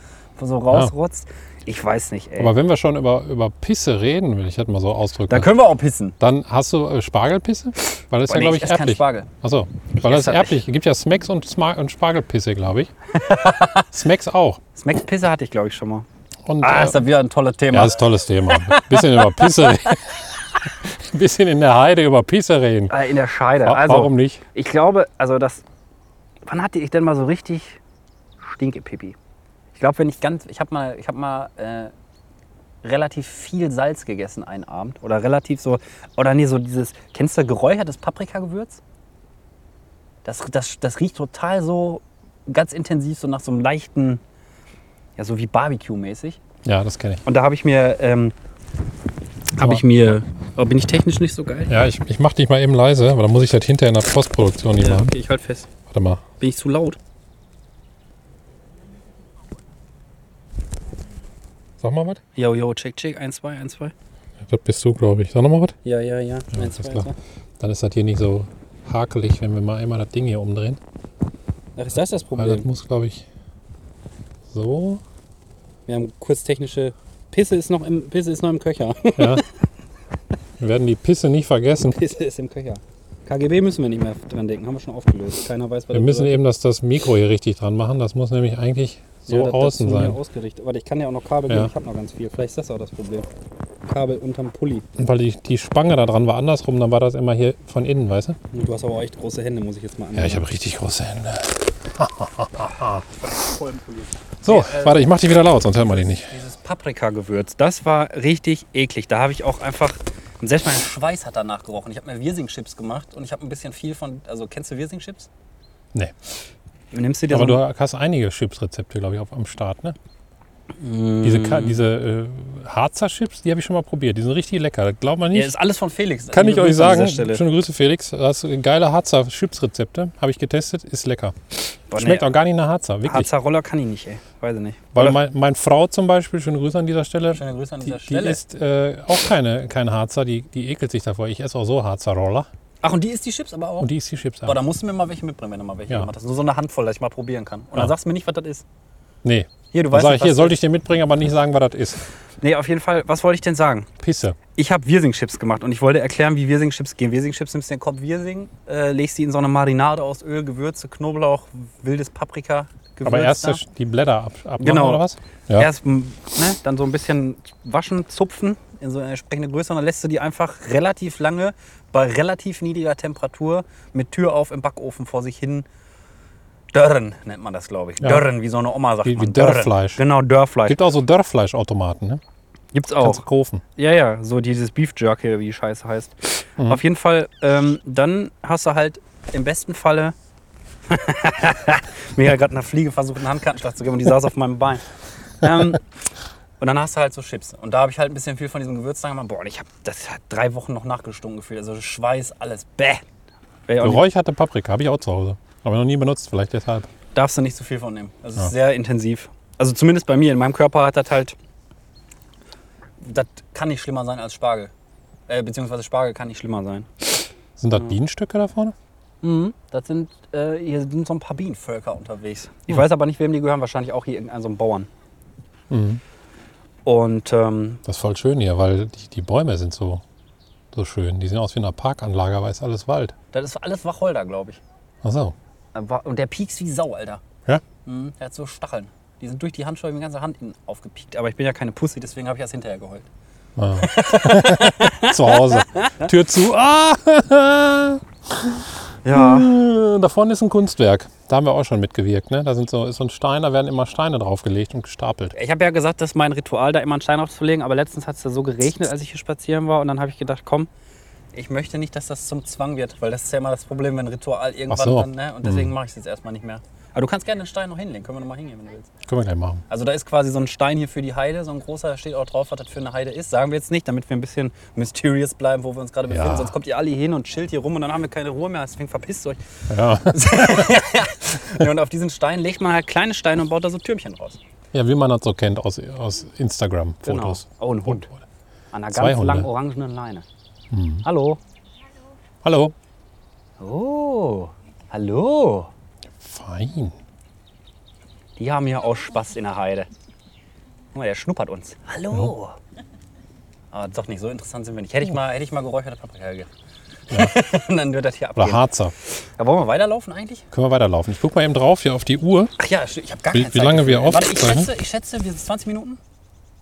A: so rausrotzt. Ich weiß nicht, ey.
B: Aber wenn wir schon über, über Pisse reden, will ich das mal so ausdrücken,
A: da können wir auch pissen.
B: dann hast du äh, Spargelpisse? Weil das
A: Boah,
B: ist ja,
A: nee,
B: glaube
A: ich
B: ich,
A: esse keinen
B: erblich.
A: Spargel.
B: Achso, weil das
A: esse
B: ist
A: das
B: erblich. Es gibt ja Smacks und, Sma und Spargelpisse, glaube ich. Smacks auch.
A: Smacks Pisse hatte ich, glaube ich, schon mal.
B: Und,
A: Ah,
B: äh,
A: ist das wieder ein tolles
B: Ja,
A: Thema.
B: das ist ein tolles Thema. Bisschen über Pisse reden. Bisschen in der Heide über Pisse reden.
A: Äh, In der Scheide.
B: Wa-
A: Also,
B: Warum nicht?
A: Ich glaube, also das. Wann hatte ich denn mal so richtig Stinkepipi? Ich glaube, wenn ich ganz. Ich habe mal, ich hab mal äh, relativ viel Salz gegessen einen Abend. Oder relativ so. Oder nee, so dieses. Kennst du geräuchertes Paprikagewürz? Das, das, das riecht total so ganz intensiv, so nach so einem leichten. Ja, so wie Barbecue-mäßig.
B: Ja, das kenne ich.
A: Und da habe ich mir. Ähm, habe ich mir. Oh, bin ich technisch nicht so geil?
B: Ja, ich, ich mache dich mal eben leise, aber dann muss ich das hinterher in der Postproduktion nicht machen.
A: okay, ich halte fest.
B: Warte mal.
A: Bin ich zu laut?
B: Sag mal was.
A: Yo, yo, check, check. 1, 2, 1, 2.
B: Das bist du, glaube ich. Sag noch mal was.
A: Ja, ja, ja. Eins,
B: alles
A: zwei,
B: klar.
A: eins,
B: Dann ist das hier nicht so hakelig, wenn wir mal einmal das Ding hier umdrehen.
A: zwei. Ach, ist das das
B: Weil das
A: Problem?
B: muss, glaube ich, so.
A: Wir haben kurz technische. Pisse ist noch im, Pisse ist noch im Köcher.
B: Ja. Wir werden die Pisse nicht vergessen.
A: Pisse ist im Köcher. KGB müssen wir nicht mehr dran denken, haben wir schon aufgelöst. Keiner weiß, was
B: Wir
A: das
B: müssen
A: bedeutet.
B: eben das, das Mikro hier richtig dran machen. Das muss nämlich eigentlich eh so
A: Ja, das- das
B: außen
A: ist nur
B: sein.
A: hier Ausgerichtet. Warte, ich kann ja auch noch Kabel
B: Ja.
A: geben, ich habe noch ganz viel. Vielleicht ist das auch das Problem. Kabel unterm Pulli.
B: Weil die, die Spange da dran war andersrum, dann war das immer hier von innen, weißt du?
A: Du hast aber auch echt große Hände, muss ich jetzt mal anmerken.
B: habe richtig große Hände. So, warte, ich mach die wieder laut, sonst hört man die nicht.
A: Dieses Paprikagewürz, das war richtig eklig. Da habe ich auch einfach. Und selbst mein Schweiß hat danach gerochen. Ich habe mir Wirsing-Chips gemacht und ich habe ein bisschen viel von. Also kennst du Wirsing-Chips?
B: Nee.
A: Nimmst du dir
B: Aber
A: so
B: du hast einige Chips-Rezepte, glaube ich, auf, am Start, ne?
A: Mm.
B: Diese, Ka- diese äh, Harzer Chips, die habe ich schon mal probiert. Die sind richtig lecker. Das glaubt man
A: Ja,
B: nicht.
A: ist alles von Felix.
B: Kann ich
A: Liebe
B: euch
A: Grüße an
B: sagen,
A: dieser Stelle.
B: schöne Grüße Felix, das ist geile Harzer Chips-Rezepte, habe ich getestet, ist lecker.
A: Boah, Oh, nee,
B: Schmeckt auch gar nicht nach Harzer, wirklich.
A: Harzer Roller kann ich nicht, ey. Weiß ich nicht.
B: Weil mein, meine Frau zum Beispiel, schöne Grüße an dieser Stelle,
A: Schöne Grüße an
B: die,
A: dieser
B: die
A: Stelle.
B: isst äh, auch keine, kein Harzer, die, die ekelt sich davor. Ich esse auch so Harzer Roller
A: Ach, und die ist die Chips aber auch.
B: und die isst die Chips
A: Boah,
B: an.
A: da musst du mir mal welche mitbringen, wenn du mal welche
B: Ja.
A: gemacht hast. Nur so eine Handvoll, dass ich mal probieren kann. Und
B: Ja.
A: dann sagst du mir nicht, was das ist.
B: Nee,
A: Hier, du
B: dann
A: weißt
B: sage ich,
A: nicht,
B: hier
A: was-
B: sollte ich dir mitbringen, aber nicht sagen, was das ist.
A: Nee, auf jeden Fall, was wollte ich denn sagen?
B: Pisse.
A: Ich habe Wirsing-Chips gemacht und ich wollte erklären, wie Wirsing-Chips gehen. Wirsing-Chips nimmst du den Kopf Wirsing, äh, legst die in so eine Marinade aus Öl, Gewürze, Knoblauch, wildes Paprika, Gewürz.
B: Aber erst
A: da.
B: die Blätter ab, abmachen
A: Genau.
B: oder was? Ja.
A: Erst m, ne, dann so ein bisschen waschen, zupfen in so eine entsprechende Größe und dann lässt du die einfach relativ lange bei relativ niedriger Temperatur mit Tür auf im Backofen vor sich hin dörren, nennt man das, glaube ich.
B: Ja.
A: Dörren, wie so eine Oma sagt
B: Wie- wie
A: man. Dörren.
B: Dörrfleisch.
A: Genau, Dörrfleisch.
B: Gibt auch so Dörrfleischautomaten, ne?
A: Gibt's
B: Kannst du
A: auch.
B: kaufen.
A: Ja, ja, so dieses Beef Jerky, wie die Scheiße heißt. Auf jeden Fall, ähm, dann hast du halt im besten Falle. Mir hat gerade einer Fliege versucht, einen Handkartenschlag zu geben und die saß auf meinem Bein. Ähm, und dann hast du halt so Chips. Und da habe ich halt ein bisschen viel von diesem Gewürz dran gemacht. Boah, und ich habe das hat drei Wochen noch nachgestunken gefühlt. Also Schweiß, alles. Bäh. Wär ja auch nicht,
B: Geräucherte Paprika habe ich auch zu Hause. Aber noch nie benutzt, vielleicht deshalb.
A: darfst du nicht zu viel von nehmen. Das ist
B: Ja.
A: sehr intensiv. Also zumindest bei mir. In meinem Körper hat das halt. Das kann nicht schlimmer sein als Spargel. Äh, beziehungsweise Spargel kann nicht schlimmer sein.
B: Sind das Bienenstöcke da vorne?
A: Mhm, das sind, äh, hier sind so ein paar Bienenvölker unterwegs. Ich weiß aber nicht, wem die gehören. Wahrscheinlich auch hier irgendeinem so einem Bauern.
B: Mhm.
A: Und ähm,
B: Das ist voll schön hier, weil die, die Bäume sind so, so schön. Die sehen aus wie eine Parkanlage, aber ist alles Wald.
A: das ist alles Wacholder, glaube ich.
B: Ach so.
A: Äh, wa- Und der piekst wie Sau, Alter.
B: Ja?
A: Mhm, der hat so Stacheln. Die sind durch die Handschuhe die ganze Hand innen aufgepiekt. Aber ich bin ja keine Pussy, deswegen habe ich das hinterher geheult.
B: Ah. zu Hause. Tür zu. Ah!
A: Ja.
B: da vorne ist ein Kunstwerk. Da haben wir auch schon mitgewirkt. Ne? Da sind so, ist so ein Stein, da werden immer Steine draufgelegt und gestapelt.
A: Ich habe ja gesagt, das ist mein Ritual, da immer einen Stein aufzulegen. Aber letztens hat es ja so geregnet, als ich hier spazieren war. Und dann habe ich gedacht, komm, ich möchte nicht, dass das zum Zwang wird. Weil das ist ja immer das Problem, wenn ein Ritual irgendwann
B: so. Mhm.
A: dann, ne? Und deswegen mache ich es jetzt erstmal nicht mehr. Aber du kannst gerne den Stein noch hinlegen. Können wir noch mal hingehen, wenn du willst.
B: Können wir gleich machen.
A: Also da ist quasi so ein Stein hier für die Heide, so ein großer, da steht auch drauf, was das für eine Heide ist. Sagen wir jetzt nicht, damit wir ein bisschen mysterious bleiben, wo wir uns gerade
B: Ja.
A: befinden. Sonst kommt ihr alle hier hin und chillt hier rum und dann haben wir keine Ruhe mehr, deswegen verpisst euch.
B: Ja.
A: Ja, und auf diesen Stein legt man halt kleine Steine und baut da so Türmchen raus.
B: ja, wie man das so kennt aus, aus Instagram-Fotos.
A: Genau. Oh, ein Hund. An einer
B: Zwei
A: ganz
B: Hunde. Hm.
A: langen orangenen Leine. Hallo.
B: Hallo.
A: Oh, hallo.
B: Fein.
A: Die haben ja auch Spaß in der Heide. Guck mal, der schnuppert uns. Hallo. Oh. Aber doch nicht, so interessant sind wir nicht. Hätte ich mal, hätte ich mal geräucherte Paprika gegeben. Und dann wird das hier
B: Oder
A: abgehen.
B: Harzer.
A: Ja, wollen wir weiterlaufen eigentlich?
B: Können wir weiterlaufen. Ich gucke mal eben drauf hier auf die Uhr.
A: Ach ja, ich habe gar
B: Wie-
A: keine
B: wie
A: Zeit.
B: lange
A: dafür.
B: wir
A: Warte, ich
B: aufzeichnen?
A: schätze, ich schätze, wir sind 20 Minuten.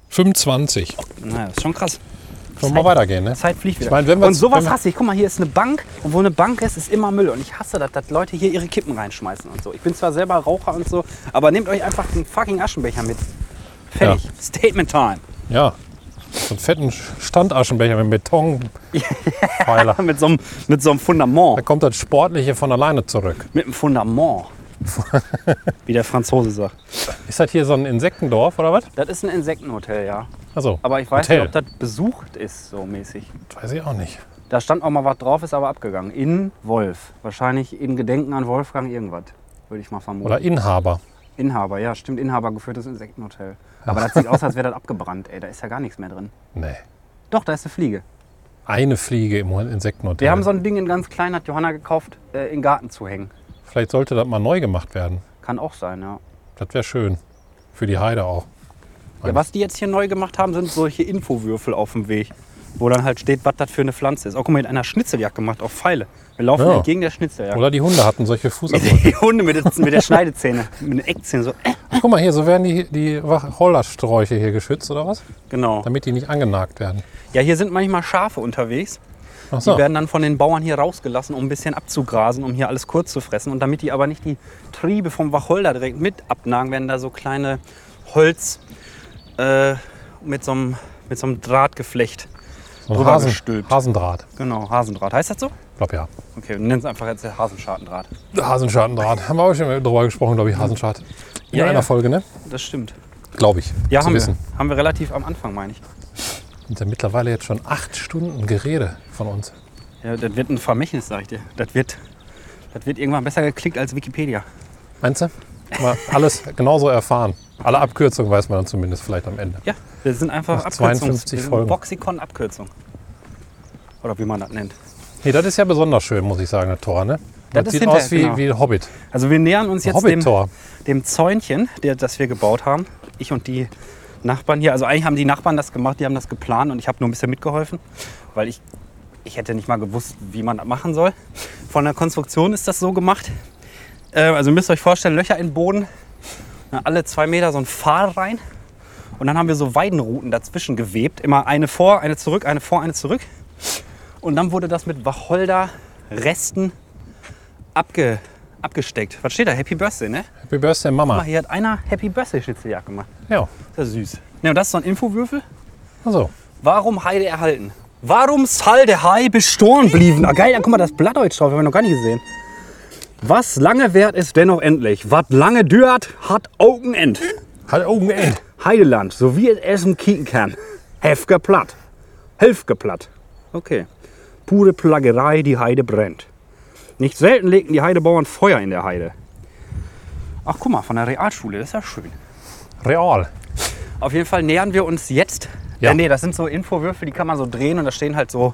B: 25.
A: Naja, ist schon krass.
B: Können wir mal weitergehen, ne?
A: Zeit fliegt wieder.
B: Ich meine, wenn wir-
A: und sowas
B: wenn wir-
A: hasse ich. Guck mal, hier ist eine Bank und wo eine Bank ist, ist immer Müll. Und ich hasse das, dass Leute hier ihre Kippen reinschmeißen und so. Ich bin zwar selber Raucher und so, aber nehmt euch einfach den fucking Aschenbecher mit. Fertig. Statement Time.
B: Ja. So einen fetten Standaschenbecher mit Betonpfeiler.
A: Mit so einem, mit so einem
B: Da
A: Fundament.
B: kommt das Sportliche von alleine zurück.
A: Mit einem Fundament. Wie der Franzose sagt.
B: Ist das hier so ein Insektendorf oder was?
A: Das ist ein Insektenhotel, ja.
B: Also,
A: Aber ich weiß
B: Hotel.
A: nicht, ob das besucht ist, so mäßig.
B: das weiß ich auch nicht.
A: Da stand auch mal was drauf, ist aber abgegangen. In Wolf. Wahrscheinlich in Gedenken an Wolfgang irgendwas, würde ich mal vermuten.
B: Oder Inhaber.
A: Inhaber, ja, stimmt, Inhaber geführtes Insektenhotel. Aber das sieht aus, als wäre das abgebrannt, ey. Da ist ja gar nichts mehr drin.
B: Nee.
A: Doch, da ist eine Fliege.
B: Eine Fliege im Insektenhotel.
A: Wir haben so ein Ding in ganz klein, hat Johanna gekauft, äh, in den Garten zu hängen.
B: Vielleicht sollte das mal neu gemacht werden.
A: Kann auch sein, ja.
B: Das wäre schön. Für die Heide auch.
A: ja. Was die jetzt hier neu gemacht haben, sind solche Infowürfel auf dem Weg. Wo dann halt steht, was das für eine Pflanze ist. Auch guck mal, mit einer Schnitzeljagd gemacht, auf Pfeile. Wir laufen
B: Ja.
A: entgegen der Schnitzeljagd.
B: Oder die Hunde hatten solche Fußabdrücke.
A: Die Hunde mit, der- mit der Schneidezähne, mit den Eckzähnen, so. Äh,
B: Guck mal hier, so werden die, die Hollersträuche hier geschützt oder was?
A: genau.
B: Damit die nicht angenagt werden.
A: Ja, hier sind manchmal Schafe unterwegs.
B: Ach
A: Die
B: so.
A: werden dann von den Bauern hier rausgelassen, um ein bisschen abzugrasen, um hier alles kurz zu fressen. Und damit die aber nicht die Triebe vom Wacholder direkt mit abnagen, werden da so kleine Holz äh, mit so einem mit so einem Drahtgeflecht
B: so ein
A: drüber
B: Hasen,
A: gestülpt.
B: Hasendraht.
A: Genau, Hasendraht. Heißt das so?
B: Ich glaube ja.
A: Okay, wir nennen es einfach jetzt Hasenschartendraht.
B: Hasenschadendraht. Haben wir auch schon mal drüber gesprochen, glaube ich, Hasenschad. In
A: Ja,
B: einer
A: ja.
B: Folge, ne?
A: Das stimmt.
B: Glaube ich.
A: Ja,
B: zu
A: haben wir,
B: wissen.
A: haben wir relativ am Anfang, meine ich.
B: Sind ja mittlerweile jetzt schon acht Stunden Gerede von uns.
A: Ja, das wird ein Vermächtnis, sag ich dir. Das wird, das wird irgendwann besser geklickt als Wikipedia.
B: Meinst du? Mal alles genauso erfahren. Alle Abkürzungen weiß man dann zumindest vielleicht am Ende.
A: Ja, wir sind einfach
B: Nach
A: Abkürzungs-
B: 52
A: wir sind
B: Folgen.
A: Boxikon-Abkürzung. Oder wie man das nennt.
B: Nee, das ist ja besonders schön, muss ich sagen, das Tor. Ne?
A: Das
B: Das,
A: ist
B: sieht
A: hinter-
B: aus wie,
A: genau.
B: wie ein Hobbit.
A: Also wir nähern uns jetzt dem,
B: Hobbit-Tor.
A: dem Zäunchen, der, das wir gebaut haben. Ich und die Nachbarn hier. Also eigentlich haben die Nachbarn das gemacht, die haben das geplant und ich habe nur ein bisschen mitgeholfen, weil ich, ich hätte nicht mal gewusst, wie man das machen soll. Von der Konstruktion ist das so gemacht. Äh, also ihr müsst euch vorstellen, Löcher in den Boden, na, alle zwei Meter so ein Pfahl rein. Und dann haben wir so Weidenrouten dazwischen gewebt. Immer eine vor, eine zurück, eine vor, eine zurück. Und dann wurde das mit Wacholder-Resten abge, abgesteckt. Was steht da? Happy Birthday, ne?
B: Happy Birthday,
A: Guck mal,
B: Mama.
A: hier hat einer Happy Birthday Schnitzeljagd gemacht.
B: Ja,
A: Ist ja süß. Ne, und das ist so ein Infowürfel.
B: also.
A: Warum Heide erhalten? Warum soll der Hai bestohlen blieben? Ah, geil, dann guck mal, das Blattdeutsch drauf, haben wir noch gar nicht gesehen. Was lange währt, ist dennoch endlich. Was lange dürt, hat auch ein End.
B: Halt oben, ey.
A: Heideland, so wie es Essen kicken kann. Hefger platt. Helfger platt. Okay. Pure Plagerei, die Heide brennt. Nicht selten legten die Heidebauern Feuer in der Heide. Ach, guck mal, von der Realschule, das ist ja schön.
B: Real.
A: Auf jeden Fall nähern wir uns jetzt.
B: Ja.
A: Äh, nee, das sind so Infowürfel, die kann man so drehen und da stehen halt so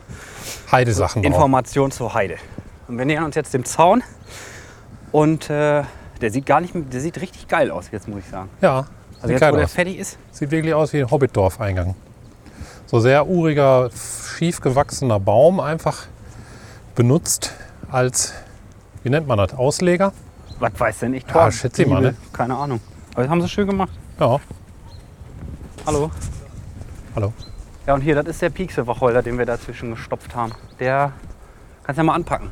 B: Heidesachen drauf.
A: Informationen zur Heide. Und wir nähern uns jetzt dem Zaun und äh, der sieht gar nicht, der sieht richtig geil aus, jetzt muss ich sagen.
B: Ja,
A: Also
B: sieht
A: jetzt,
B: geil
A: wo der
B: aus.
A: fertig ist.
B: Sieht wirklich aus wie ein Hobbitdorf-Eingang. So sehr uriger, schief gewachsener Baum, einfach benutzt als, wie nennt man das, Ausleger?
A: Was weiß denn ich?
B: Ja,
A: Torben,
B: schätze ich mal,
A: Bibel,
B: ne?
A: Keine Ahnung. Aber das haben sie schön gemacht.
B: Ja,
A: Hallo.
B: hallo.
A: Ja, und hier, das ist der Piekse-Wacholder, den wir dazwischen gestopft haben. Der kannst ja mal anpacken.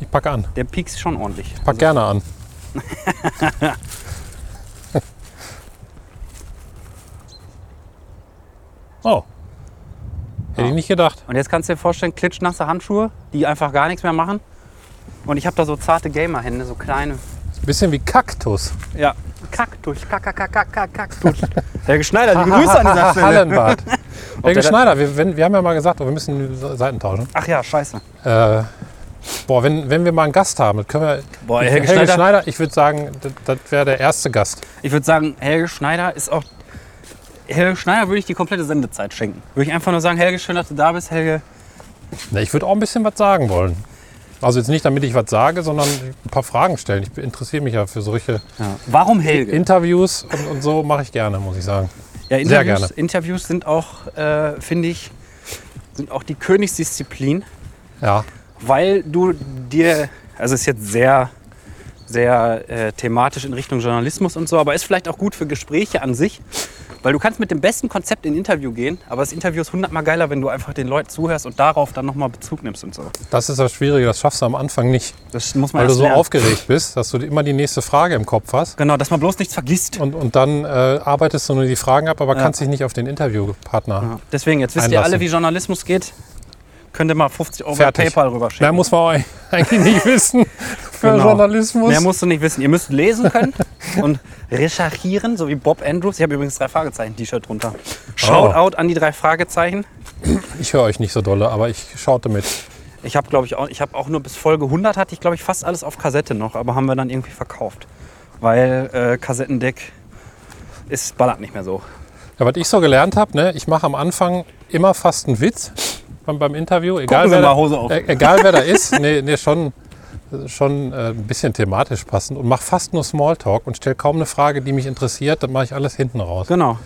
B: Ich packe an.
A: Der piekst schon ordentlich.
B: Pack gerne an. oh. Hätte ich nicht gedacht.
A: Und jetzt kannst du dir vorstellen, klitschnasse Handschuhe, die einfach gar nichts mehr machen. Und ich habe da so zarte Gamer-Hände, so kleine.
B: Bisschen wie Kaktus.
A: Ja. Kaktus, Kaktus. Herr Schneider, liebe Grüße an dieser Stelle.
B: Hallenbad. Helge
A: der da-
B: Schneider, wir, wenn, wir haben ja mal gesagt, wir müssen die Seiten tauschen.
A: Ach ja, scheiße.
B: Äh, boah, wenn, wenn wir mal einen Gast haben, dann können wir.
A: Boah,
B: ich,
A: Helge
B: Helge Schneider,
A: Schneider-
B: ich würde sagen, das, das wäre der erste Gast.
A: Ich würde sagen, Helge Schneider ist auch. Helge Schneider würde ich die komplette Sendezeit schenken. Würde ich einfach nur sagen, Helge, schön, dass du da bist, Helge.
B: Na, ich würde auch ein bisschen was sagen wollen. Also jetzt nicht, damit ich was sage, sondern ein paar Fragen stellen. Ich interessiere mich ja für solche
A: Ja. Warum Helge?
B: Interviews und, und so mache ich gerne, muss ich sagen.
A: Ja,
B: sehr
A: Interviews,
B: gerne.
A: Interviews sind auch, äh, finde ich, sind auch die Königsdisziplin,
B: Ja,
A: weil du dir, also ist jetzt sehr, sehr äh, thematisch in Richtung Journalismus und so, aber ist vielleicht auch gut für Gespräche an sich, weil du kannst mit dem besten Konzept in ein Interview gehen, aber das Interview ist hundertmal geiler, wenn du einfach den Leuten zuhörst und darauf dann nochmal Bezug nimmst und so.
B: das ist das Schwierige, das schaffst du am Anfang nicht,
A: Das muss man
B: weil du
A: erst
B: so
A: lernen.
B: aufgeregt bist, dass du immer die nächste Frage im Kopf hast.
A: Genau, dass man bloß nichts vergisst.
B: Und, und dann äh, arbeitest du nur die Fragen ab, aber
A: Ja.
B: kannst dich nicht auf den Interviewpartner.
A: Ja. Deswegen, jetzt wisst ihr
B: Einlassen.
A: alle, wie Journalismus geht. Könnt ihr mal 50 Euro bei
B: Fertig.
A: PayPal rüberschicken.
B: Mehr muss man eigentlich nicht wissen für
A: Genau.
B: Journalismus.
A: Mehr musst du nicht wissen. Ihr müsst lesen können und recherchieren, so wie Bob Andrews. Ich habe übrigens drei Fragezeichen-T-Shirt drunter.
B: Oh.
A: Shoutout an die drei Fragezeichen.
B: ich höre euch nicht so dolle, aber ich schaute mit.
A: Ich habe, glaube ich, auch, ich habe auch nur bis Folge 100 hatte ich, glaube ich, fast alles auf Kassette noch, aber haben wir dann irgendwie verkauft. Weil äh, Kassettendeck ist, ballert nicht mehr so.
B: Ja, was ich so gelernt habe, ne, ich mache am Anfang immer fast einen Witz beim, beim Interview. Egal
A: Gucken Sie
B: wer,
A: mal,
B: da,
A: Hose auf.
B: e- egal wer da ist, nee, nee, schon, schon äh, ein bisschen thematisch passend und mache fast nur Smalltalk und stelle kaum eine Frage, die mich interessiert, dann mache ich alles hinten raus.
A: Genau.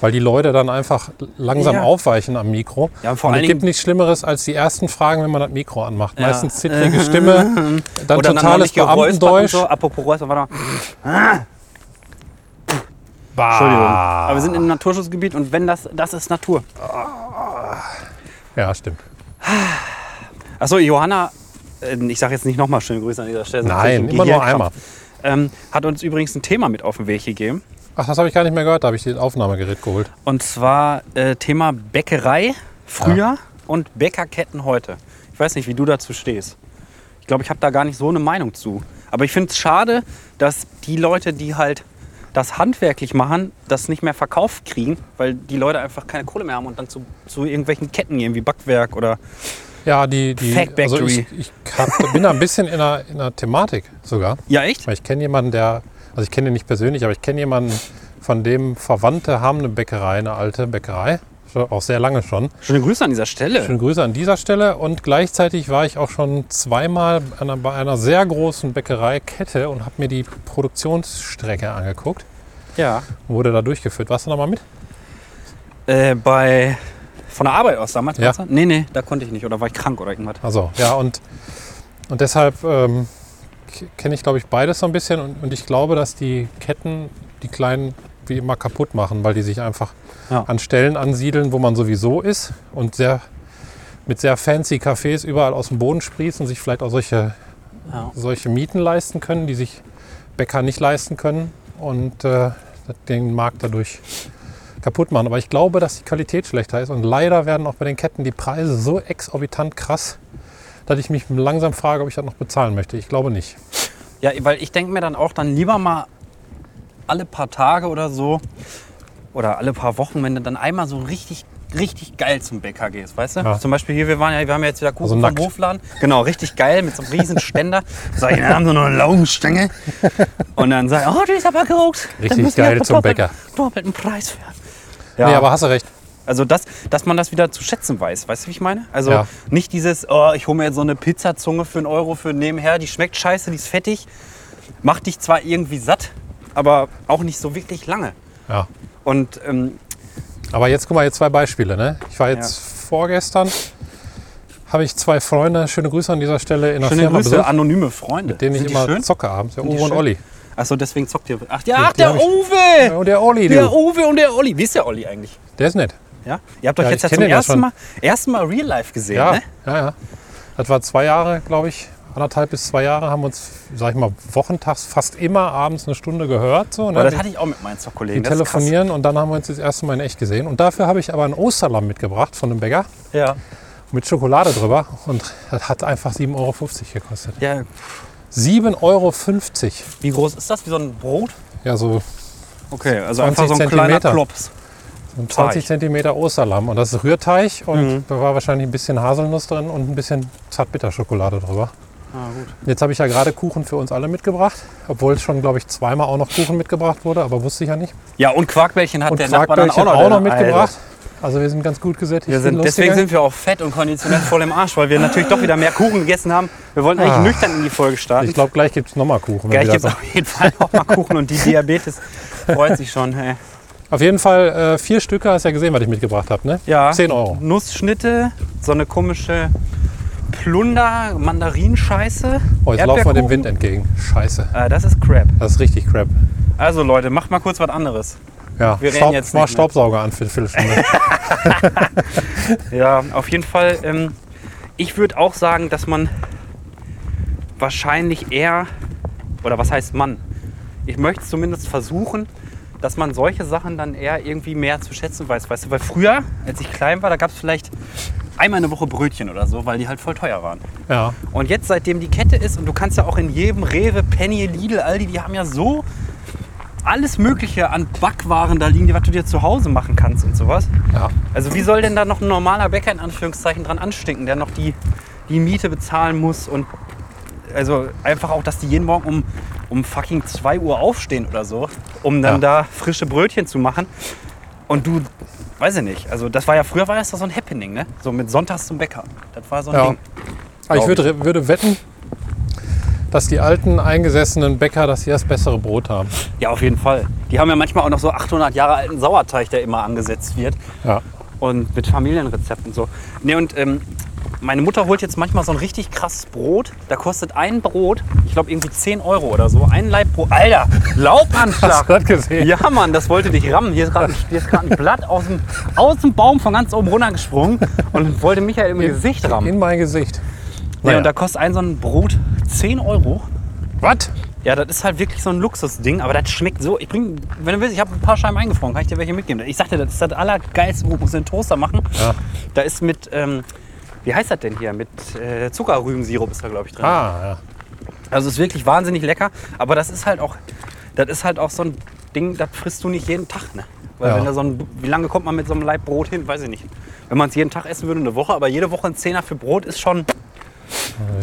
B: Weil die Leute dann einfach langsam
A: Ja.
B: aufweichen am Mikro.
A: Ja, und vor
B: und
A: allen
B: es gibt
A: Dingen-
B: nichts Schlimmeres als die ersten Fragen, wenn man das Mikro anmacht.
A: Ja.
B: Meistens zittrige Stimme, dann
A: Oder dann
B: totales
A: neulich geräuspert und
B: Beamtendeutsch.
A: so. Apropos Räusper, warte mal.
B: Bah.
A: Entschuldigung. Ah. Aber wir sind im Naturschutzgebiet und wenn das, das ist Natur.
B: Ja, stimmt.
A: Achso, Johanna, äh, ich sage jetzt nicht nochmal schöne Grüße an dieser Stelle. sonst krieg
B: Nein,
A: ich
B: immer nur
A: Also Gehirnkrampf.
B: einmal.
A: Ähm, hat uns übrigens ein Thema mit auf den Weg gegeben.
B: Ach, das habe ich gar nicht mehr gehört. Da habe ich das Aufnahmegerät geholt.
A: Und zwar äh, Thema Bäckerei früher
B: Ja.
A: und Bäckerketten heute. Ich weiß nicht, wie du dazu stehst. Ich glaube, ich habe da gar nicht so eine Meinung zu. Aber ich finde es schade, dass die Leute, die halt das handwerklich machen, das nicht mehr verkauft kriegen, weil die Leute einfach keine Kohle mehr haben und dann zu, zu irgendwelchen Ketten gehen, wie Backwerk oder...
B: Ja, die. die
A: Fact
B: also ich
A: Factory.
B: ich hab, bin da ein bisschen in der, in der Thematik sogar.
A: Ja, echt?
B: Weil ich kenne jemanden, der. Also ich kenne ihn nicht persönlich, aber ich kenne jemanden, von dem Verwandte haben eine Bäckerei, eine alte Bäckerei. Schon, auch sehr lange schon.
A: Schöne Grüße an dieser Stelle.
B: Schöne Grüße an dieser Stelle. Und gleichzeitig war ich auch schon zweimal an einer, bei einer sehr großen Bäckereikette und habe mir die Produktionsstrecke angeguckt.
A: Ja.
B: Wurde da durchgeführt. Warst du noch mal mit?
A: Äh, bei... Von der Arbeit aus damals?
B: Ja.
A: meinst du? Nee, nee, da konnte ich nicht. Oder war ich krank oder irgendwas.
B: Also, ja, und, und deshalb ähm, k- kenne ich, glaube ich, beides so ein bisschen. Und, und ich glaube, dass die Ketten die Kleinen wie immer kaputt machen, weil die sich einfach
A: Ja.
B: an Stellen ansiedeln, wo man sowieso ist und sehr mit sehr fancy Cafés überall aus dem Boden sprießen, sich vielleicht auch solche,
A: Ja.
B: solche Mieten leisten können, die sich Bäcker nicht leisten können und äh, den Markt dadurch kaputt machen. Aber ich glaube, dass die Qualität schlechter ist und leider werden auch bei den Ketten die Preise so exorbitant krass, dass ich mich langsam frage, ob ich das noch bezahlen möchte. Ich glaube nicht.
A: Ja, weil ich denke mir dann auch dann lieber mal alle paar Tage oder so oder alle paar Wochen, wenn du dann einmal so richtig, richtig geil zum Bäcker gehst, weißt du?
B: Ja.
A: Zum Beispiel hier, wir waren ja, wir haben ja jetzt wieder Kuchen
B: Also
A: vom
B: nackt.
A: Hofladen. Genau, richtig geil mit so einem riesen Ständer. Sag ich, dann haben sie noch eine Laugenstange. Und dann sag ich, oh, die ist aber geruchs. Dann
B: Richtig
A: müssen wir
B: geil
A: aber
B: zum
A: doppelt-
B: Bäcker.
A: Doppelten Preis für. Ja,
B: Nee, aber hast du recht.
A: also das, dass man das wieder zu schätzen weiß, weißt du, wie ich meine? Also
B: Ja.
A: nicht dieses, oh, ich hole mir jetzt so eine Pizzazunge für einen Euro für nebenher, die schmeckt scheiße, die ist fettig, macht dich zwar irgendwie satt, aber auch nicht so wirklich lange.
B: Ja.
A: Und ähm,
B: Aber jetzt guck mal, jetzt zwei Beispiele. Ne? Ich war jetzt vorgestern, habe ich zwei Freunde, schöne Grüße an dieser Stelle, in der
A: schöne
B: Firma
A: Grüße,
B: besucht,
A: anonyme Freunde.
B: mit denen ich
A: Sind die
B: immer
A: schön?
B: zocke abends, der
A: Sind die
B: Uwe und
A: schön?
B: Olli.
A: Ach so, deswegen zockt ihr. Ach, ja, ach
B: die
A: der
B: hab ich-
A: Uwe!
B: Ja, und der Olli,
A: Der
B: du.
A: Uwe und der Olli. Wie ist der Olli eigentlich?
B: der ist nett.
A: Ja? Ihr habt euch
B: Ja,
A: jetzt
B: ich
A: ja
B: kenn
A: zum
B: den ja
A: ersten
B: schon.
A: Mal, ersten mal Real Life gesehen,
B: Ja,
A: ne?
B: ja, ja. Das war zwei Jahre, glaube ich, anderthalb bis zwei Jahre haben wir uns, sag ich mal, wochentags fast immer abends eine Stunde gehört. So, ne?
A: Aber das hatte ich auch mit meinen Zockkollegen.
B: Wir
A: das ist krass.
B: telefonieren und dann haben wir uns das erste Mal in echt gesehen. Und dafür habe ich aber einen Osterlamm mitgebracht von einem Bäcker
A: Ja.
B: mit Schokolade drüber und das hat einfach 7,50 Euro gekostet.
A: ja,
B: 7,50 Euro.
A: Wie groß ist das? Wie so ein Brot?
B: Ja, so
A: Okay, also
B: 20
A: einfach so ein kleiner
B: Zentimeter.
A: Klops.
B: ein 20 cm Osterlamm. Und das ist Rührteig und
A: Mhm.
B: da war wahrscheinlich ein bisschen Haselnuss drin und ein bisschen Zartbitterschokolade drüber.
A: Ah, gut.
B: Jetzt habe ich ja gerade Kuchen für uns alle mitgebracht, obwohl es schon, glaube ich, zweimal auch noch Kuchen mitgebracht wurde, aber wusste ich ja nicht.
A: Ja, und Quarkbällchen hat
B: Und
A: der Nachbar dann auch
B: Quarkbällchen
A: noch,
B: auch noch
A: der-
B: mitgebracht.
A: Alter.
B: Also wir sind ganz gut gesättigt.
A: Wir sind, deswegen sind wir auch fett und konditionell voll im Arsch, weil wir natürlich doch wieder mehr Kuchen gegessen haben. Wir wollten eigentlich
B: Ah.
A: nüchtern in die Folge starten.
B: ich glaube, gleich gibt es nochmal Kuchen. wenn
A: Gleich
B: wir
A: gibt es
B: das-
A: auf jeden Fall noch mal Kuchen und die Diabetes freut sich schon. Ey.
B: Auf jeden Fall äh, vier Stücke, hast ja gesehen, was ich mitgebracht habe, ne?
A: Ja,
B: 10 Euro.
A: Nussschnitte, so eine komische Plunder, Mandarinscheiße.
B: Oh, jetzt laufen wir
A: Erdbeerkuchen.
B: dem Wind entgegen. Scheiße,
A: Äh, das ist Crap.
B: das ist richtig crap.
A: Also Leute, macht mal kurz was anderes.
B: Ja,
A: Wir reden
B: Staub,
A: jetzt
B: mach
A: nicht mehr.
B: Staubsauger an für eine Viertelstunde.
A: Ja, auf jeden Fall. Ähm, ich würde auch sagen, dass man wahrscheinlich eher, oder was heißt man? Ich möchte es zumindest versuchen, dass man solche Sachen dann eher irgendwie mehr zu schätzen weiß. Weißt du, weil früher, als ich klein war, da gab es vielleicht einmal eine Woche Brötchen oder so, weil die halt voll teuer waren.
B: ja,
A: Und jetzt, seitdem die Kette ist, und du kannst ja auch in jedem Rewe, Penny, Lidl, Aldi, die haben ja so alles Mögliche an Backwaren da liegen, die was du dir zu Hause machen kannst und sowas.
B: ja.
A: Also wie soll denn da noch ein normaler Bäcker in Anführungszeichen dran anstinken, der noch die, die Miete bezahlen muss und also einfach auch, dass die jeden Morgen um, um fucking 2 Uhr aufstehen oder so, um dann
B: Ja.
A: da frische Brötchen zu machen. Und du, weiß ich nicht, also das war ja früher war das doch so ein Happening, ne? So mit Sonntags zum Bäcker. Das war so ein
B: Ja.
A: Ding.
B: Aber ich
A: Glaub
B: würde, würde wetten, dass die alten eingesessenen Bäcker, dass sie das bessere Brot haben.
A: Ja, auf jeden Fall. Die haben ja manchmal auch noch so 800 Jahre alten Sauerteig, der immer angesetzt wird.
B: Ja.
A: und mit Familienrezepten so. Ne, und ähm, meine Mutter holt jetzt manchmal so ein richtig krasses Brot. Da kostet ein Brot, ich glaube irgendwie 10 Euro oder so. Ein Leibbrot. Alter,
B: Hast du
A: Laubanschlag.
B: das gesehen?
A: Ja, Mann, das wollte dich rammen. Hier ist gerade ein- hier ist gerade ein Blatt aus dem, aus dem Baum von ganz oben runtergesprungen und wollte Michael im Gesicht rammen.
B: In mein Gesicht.
A: Ne,
B: Naja.
A: und da kostet ein so ein Brot 10 Euro.
B: Was?
A: Ja, das ist halt wirklich so ein Luxusding, aber das schmeckt so. Ich bring, wenn du willst, ich habe ein paar Scheiben eingefroren, kann ich dir welche mitgeben. Ich sagte, das ist das allergeilste, wo muss den Toaster machen.
B: Ja.
A: Da ist mit, ähm, wie heißt das denn hier? Mit äh, Zuckerrübensirup ist da, glaube ich, drin.
B: Ah, ja.
A: Also ist wirklich wahnsinnig lecker, aber das ist halt auch, das ist halt auch so ein Ding, das frisst du nicht jeden Tag, ne? Weil
B: Ja.
A: wenn da so ein, wie lange kommt man mit so einem Laib Brot hin? Weiß ich nicht. Wenn man es jeden Tag essen würde, eine Woche, aber jede Woche ein Zehner für Brot ist schon,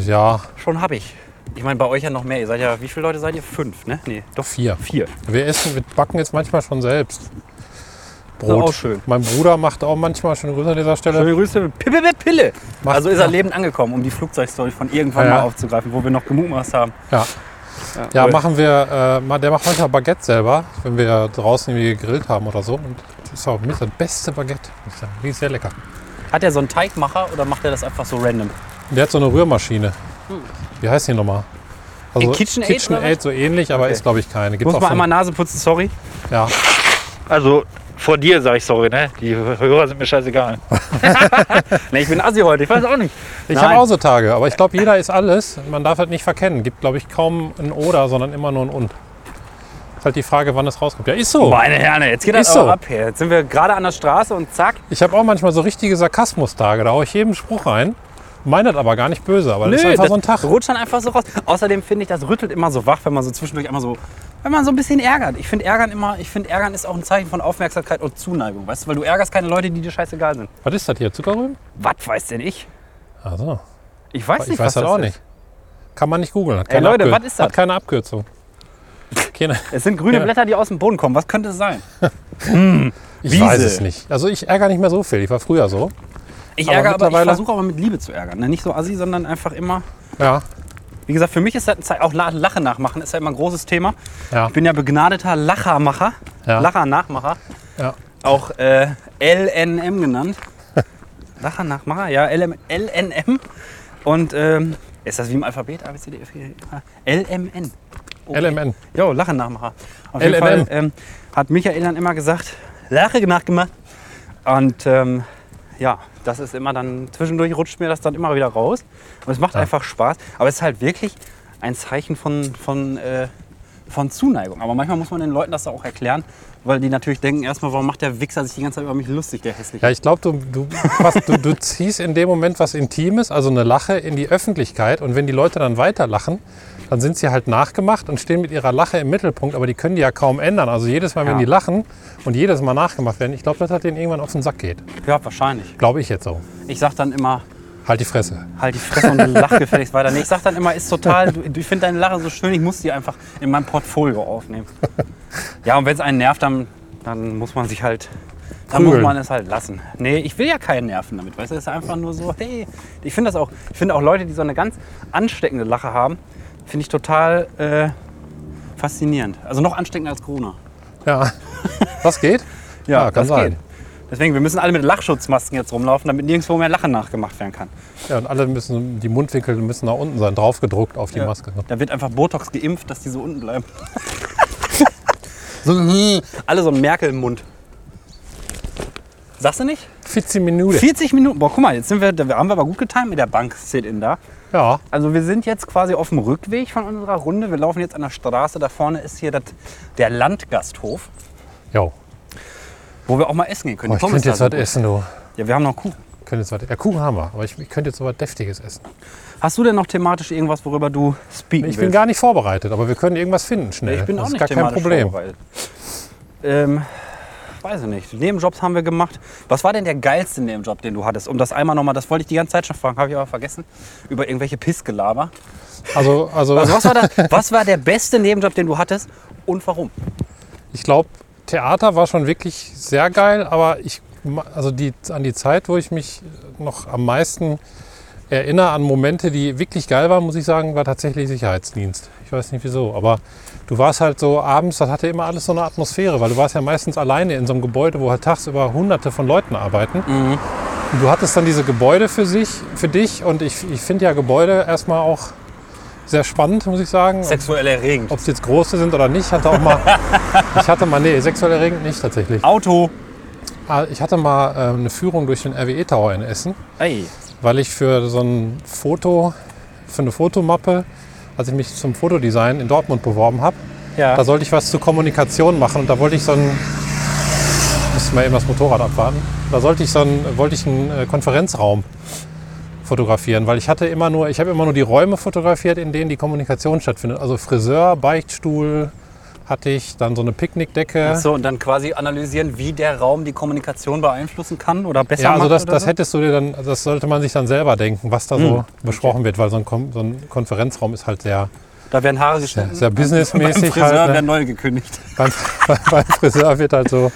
B: Ja,
A: schon happig. Ich meine, bei euch ja noch mehr. Ihr seid ja, wie viele Leute seid ihr? Fünf, ne? Nee, doch
B: vier.
A: vier.
B: Wir essen, wir backen jetzt manchmal schon selbst.
A: auch
B: Brot.
A: schön.
B: Mein Bruder macht auch manchmal schon Grüße an dieser Stelle.
A: Schöne Grüße, Pippe mit Pille.
B: Macht-
A: also ist er lebend angekommen, um die Flugzeugstory von irgendwann
B: Ja,
A: mal
B: ja.
A: aufzugreifen, wo wir noch gemutmaßt haben.
B: Ja. Ja, machen wir, äh, ma- der macht manchmal Baguette selber, wenn wir draußen irgendwie gegrillt haben oder so. Und das ist auch mit das beste Baguette. muss ich sagen. Die ist sehr lecker.
A: Hat er so einen Teigmacher oder macht er das einfach so random?
B: Der hat so eine Rührmaschine. Wie heißt die nochmal?
A: Hm. Äh, KitchenAid
B: KitchenAid
A: oder was?
B: so ähnlich, aber ist glaube ich keine. Gibt's
A: Muss
B: auch
A: man
B: von-
A: einmal Nase putzen, sorry.
B: ja.
C: Also vor dir sage ich sorry, ne? Die Hörer sind mir scheißegal.
A: Nee, ich bin Assi heute, ich weiß auch nicht.
B: Ich
A: Nein.
B: habe auch so Tage, aber ich glaube, jeder ist alles. Man darf halt nicht verkennen. Gibt glaube ich kaum ein Oder, sondern immer nur ein Und. Ist halt die Frage, wann das rauskommt. Ja, ist so.
A: Meine Herren, jetzt geht das
B: Oh. Ist
A: aber
B: so.
A: ab. Hier. Jetzt sind wir gerade an der Straße und zack.
B: Ich habe auch manchmal so richtige Sarkasmustage. Da haue ich jedem Spruch rein. Meine das aber gar nicht böse, aber das ist einfach
A: das
B: so ein Tag.
A: rutscht dann einfach so raus. Außerdem finde ich, das rüttelt immer so wach, wenn man so zwischendurch einmal so, wenn man so ein bisschen ärgert. Ich finde Ärgern immer, ich finde Ärgern ist auch ein Zeichen von Aufmerksamkeit und Zuneigung, weißt du? Weil du ärgerst keine Leute, die dir scheißegal sind.
B: Was ist das hier? Zuckerrüben?
A: Was weiß denn ich?
B: Also,
A: Ich weiß
B: ich
A: nicht,
B: weiß
A: was
B: das
A: das
B: auch
A: ist.
B: nicht. Kann man nicht googeln. Hat
A: Ey,
B: keine
A: Leute,
B: Abkür-
A: was ist das?
B: Hat keine Abkürzung. Keine,
A: Es sind grüne
B: Ja.
A: Blätter, die aus dem Boden kommen. Was könnte es sein?
B: ich
A: Wiese.
B: weiß es nicht. Also ich ärgere nicht mehr so viel. Ich war früher so.
A: Ich
B: Aber
A: ärgere aber, ich
B: mittlerweile-
A: versuche aber mit Liebe zu ärgern. ne? Nicht so assi, sondern einfach immer.
B: Ja,
A: Wie gesagt, für mich ist das ein Zeichen- auch La- Lache nachmachen ist ja immer ein großes Thema.
B: ja.
A: Ich bin ja begnadeter Lachermacher,
B: Ja.
A: Lacher-Nachmacher,
B: Ja.
A: auch äh, LNM genannt. Lacher-Nachmacher, ja, LM, LNM. Und ähm, ist das wie im Alphabet? A, B, C, D, E, F, G, H. LMN. Okay.
B: LMN.
A: Jo, Lachen-Nachmacher. Auf jeden Fall
B: LNM.
A: ähm, hat Michael dann immer gesagt, Lache nachgemacht. Und ähm, ja, das ist immer dann, zwischendurch rutscht mir das dann immer wieder raus. Und es macht einfach Spaß. Aber es ist halt wirklich ein Zeichen von, von, äh, von Zuneigung. Aber manchmal muss man den Leuten das auch erklären, weil die natürlich denken, erstmal, warum macht der Wichser sich die ganze Zeit über mich lustig, der hässliche.
B: Ja, ich glaube, du, du, was- du, du ziehst in dem Moment was Intimes, also eine Lache, in die Öffentlichkeit. Und wenn die Leute dann weiterlachen, dann sind sie halt nachgemacht und stehen mit ihrer Lache im Mittelpunkt, aber die können die ja kaum ändern. Also jedes Mal, wenn
A: Ja.
B: die lachen und jedes Mal nachgemacht werden, ich glaube, das hat denen irgendwann auf den Sack geht.
A: Ja, wahrscheinlich.
B: Glaube ich jetzt so.
A: Ich sag dann immer,
B: Halt die Fresse.
A: halt die Fresse und lach gefälligst weiter. Nee, ich sag dann immer, ist total, du- ich finde deine Lache so schön, ich muss die einfach in mein Portfolio aufnehmen. Ja, und wenn es einen nervt, dann, dann muss man sich halt, dann muss
B: Prügeln.
A: man es halt lassen. Nee, ich will ja keinen nerven damit, weißt du, es ist einfach nur so, hey. Ich finde das auch, ich finde auch Leute, die so eine ganz ansteckende Lache haben, finde ich total äh, faszinierend. Also noch ansteckender als Corona.
B: Ja. Das geht? Ja, kann sein.
A: Deswegen, wir müssen alle mit Lachschutzmasken jetzt rumlaufen, damit nirgendwo mehr Lachen nachgemacht werden kann.
B: Ja, und alle müssen, die Mundwinkel müssen nach unten sein, draufgedruckt auf die
A: Ja.
B: Maske.
A: Da wird einfach Botox geimpft, dass die so unten bleiben. so,
B: hm.
A: alle so ein Merkel im Mund. Sagst du nicht?
B: 14 Minuten.
A: 40 Minuten. Boah, guck mal, jetzt sind wir, da haben wir aber gut getimt mit der Bank Sit-In da.
B: Ja,
A: Also wir sind jetzt quasi auf dem Rückweg von unserer Runde. Wir laufen jetzt an der Straße. Da vorne ist hier das, der Landgasthof,
B: jo.
A: wo wir auch mal essen gehen können.
B: Oh,
A: Die
B: ich
A: Pommes
B: könnte
A: da
B: jetzt was
A: sind gut.
B: essen, du.
A: Ja, wir haben noch Kuh.
B: Ich Könnte jetzt was, ja, Kuchen haben wir, aber ich, ich könnte jetzt so was Deftiges essen.
A: Hast du denn noch thematisch irgendwas, worüber du speaken
B: Ich bin
A: willst?
B: gar nicht vorbereitet, aber wir können irgendwas finden schnell.
A: Ich bin
B: das
A: auch
B: ist
A: nicht
B: gar kein
A: thematisch
B: Problem.
A: vorbereitet. Ähm, weiß ich nicht. Nebenjobs haben wir gemacht. Was war denn der geilste Nebenjob, den du hattest? Um das einmal nochmal, das wollte ich die ganze Zeit schon fragen, habe ich aber vergessen. Über irgendwelche Pissgelaber.
B: Also, also,
A: Also was war, das, was war der beste Nebenjob, den du hattest und warum?
B: ich glaube, Theater war schon wirklich sehr geil, aber ich, ma- also die, an die Zeit, wo ich mich äh, noch am meisten erinnere an Momente, die wirklich geil waren, muss ich sagen, war tatsächlich Sicherheitsdienst. Ich weiß nicht wieso, aber du warst halt so abends, das hatte immer alles so eine Atmosphäre, weil du warst ja meistens alleine in so einem Gebäude, wo halt tagsüber hunderte von Leuten arbeiten. Und du hattest dann diese Gebäude für sich, für dich und ich, ich finde ja Gebäude erstmal auch sehr spannend, muss ich sagen. Und
A: Sexuell erregend.
B: ob es jetzt große sind oder nicht, hatte auch mal. ich hatte mal, nee, sexuell erregend nicht tatsächlich.
A: Auto.
B: Ah, Ich hatte mal äh, eine Führung durch den RWE Tower in Essen,
A: Ey.
B: weil ich für so ein Foto, für eine Fotomappe, als ich mich zum Fotodesign in Dortmund beworben habe,
A: Ja.
B: da sollte ich was zur Kommunikation machen und da wollte ich so ein. Müssen wir eben das Motorrad abwarten. Da sollte ich so ein, wollte ich einen äh, Konferenzraum fotografieren, weil ich hatte immer nur, ich habe immer nur die Räume fotografiert, in denen die Kommunikation stattfindet. Also Friseur, Beichtstuhl hatte ich, dann so eine Picknickdecke.
A: so, und dann quasi analysieren, wie der Raum die Kommunikation beeinflussen kann oder besser
B: Ja, also
A: macht
B: das,
A: oder
B: das
A: so? Hm.
B: hättest du dir dann, das sollte man sich dann selber denken, was da so besprochen wird, weil so ein, Kon so ein Konferenzraum ist halt sehr,
A: Da werden Haare geschnitten.
B: sehr
A: Beim
B: businessmäßig
A: Friseur
B: halt.
A: werden
B: Ne?
A: neu gekündigt.
B: Beim, beim Friseur wird halt so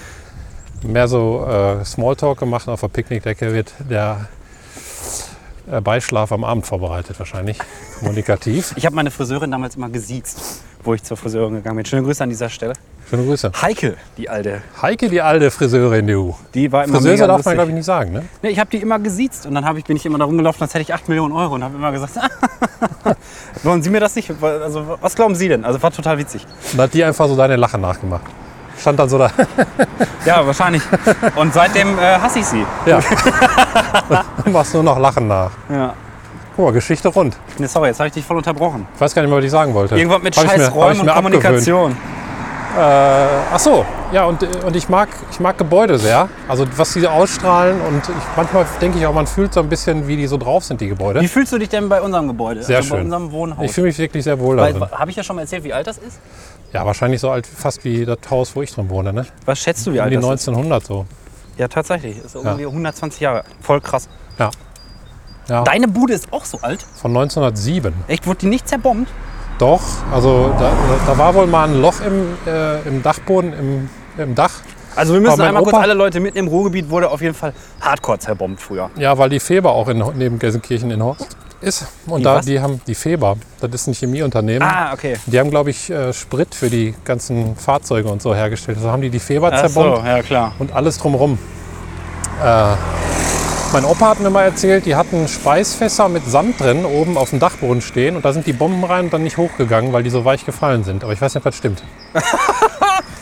B: mehr so äh, Smalltalk gemacht und auf der Picknickdecke wird der äh, Beischlaf am Abend vorbereitet wahrscheinlich, kommunikativ.
A: Ich habe meine Friseurin damals immer gesiezt, wo ich zur Friseurin gegangen bin. Schöne Grüße an dieser Stelle.
B: Schöne Grüße.
A: Heike, die alte,
B: Heike, die alte Friseurin, du.
A: die war immer
B: Friseuse
A: mega
B: darf man,
A: lustig.
B: glaube ich, nicht sagen, ne?
A: Nee, ich habe die immer gesiezt und dann hab ich, bin ich immer da rumgelaufen, als hätte ich 8 Millionen Euro und habe immer gesagt, wollen Sie mir das nicht? Also, was glauben Sie denn? Also war total witzig.
B: Und hat die einfach so deine Lache nachgemacht. Stand dann so da.
A: Ja, wahrscheinlich. Und seitdem äh, hasse ich sie.
B: Ja. Und machst nur noch Lachen nach.
A: Ja.
B: Guck mal, Geschichte rund.
A: Nee, sorry, jetzt habe ich dich voll unterbrochen.
B: Ich weiß gar nicht mehr, was ich sagen wollte.
A: Irgendwas mit
B: Hab ich mir- hab ich
A: Scheißräumen und
B: mir abgewöhnt.
A: Kommunikation.
B: Ach so, ja, und, äh, und ich, mag, ich mag Gebäude sehr. Also was sie ausstrahlen und ich, manchmal denke ich auch, man fühlt so ein bisschen, wie die so drauf sind, die Gebäude.
A: Wie fühlst du dich denn bei unserem Gebäude?
B: Sehr
A: also bei
B: schön.
A: unserem
B: Ich
A: Wohnhaus?
B: fühle mich wirklich sehr wohl darin.
A: Habe ich ja schon mal erzählt, wie alt das ist?
B: Ja, wahrscheinlich so alt, fast wie das Haus, wo ich drin wohne, ne?
A: Was schätzt du, wie
B: Um
A: alt
B: die
A: das ist?
B: 1900 so.
A: Ja, tatsächlich. Ist irgendwie 120 Jahre alt. Voll krass.
B: Ja. ja.
A: Deine Bude ist auch so alt?
B: Von 1907.
A: Echt? Wurde die nicht zerbombt?
B: Doch, also da, da war wohl mal ein Loch im, äh, im Dachboden, im, im Dach.
A: Also wir müssen
B: mein
A: einmal kurz
B: Opa-
A: alle Leute mitnehmen. Im Ruhrgebiet wurde auf jeden Fall hardcore zerbombt früher.
B: Ja, weil die Feber auch in, neben Gelsenkirchen in Horst ist. Und
A: Die
B: da,
A: was?
B: die haben die Feber, das ist ein Chemieunternehmen.
A: Ah, okay.
B: Die haben, glaube ich, äh, Sprit für die ganzen Fahrzeuge und so hergestellt. Also haben die die Feber
A: Ach so,
B: zerbombt
A: ja klar.
B: und alles drumherum. Äh, mein Opa hat mir mal erzählt, die hatten Speisfässer mit Sand drin oben auf dem Dachboden stehen und da sind die Bomben rein und dann nicht hochgegangen, weil die so weich gefallen sind. Aber ich weiß nicht, was stimmt.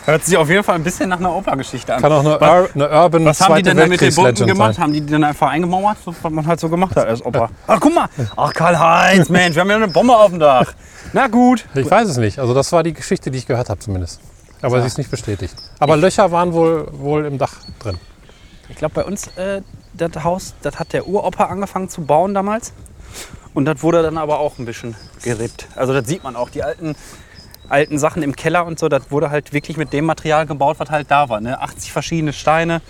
A: Hört sich auf jeden Fall ein bisschen nach einer Opergeschichte an.
B: Kann auch eine, Ur eine Urban
A: Was haben die
B: Zweite
A: denn da mit den Bomben
B: Weltkriegs-Legend
A: gemacht?
B: sein.
A: Haben die die dann einfach eingemauert, so, was man halt so gemacht hat als Opa? Ach, guck mal. Ach, Karl-Heinz, Mensch, wir haben ja eine Bombe auf dem Dach. Na gut.
B: Ich weiß es nicht. Also das war die Geschichte, die ich gehört habe zumindest. Aber sie ist nicht bestätigt. Aber Löcher waren wohl, wohl im Dach drin.
A: Ich glaube, bei uns, äh, das Haus, das hat der Uropa angefangen zu bauen damals. Und das wurde dann aber auch ein bisschen gerippt. Also das sieht man auch. Die alten, alten Sachen im Keller und so, das wurde halt wirklich mit dem Material gebaut, was halt da war. Ne? 80 verschiedene Steine,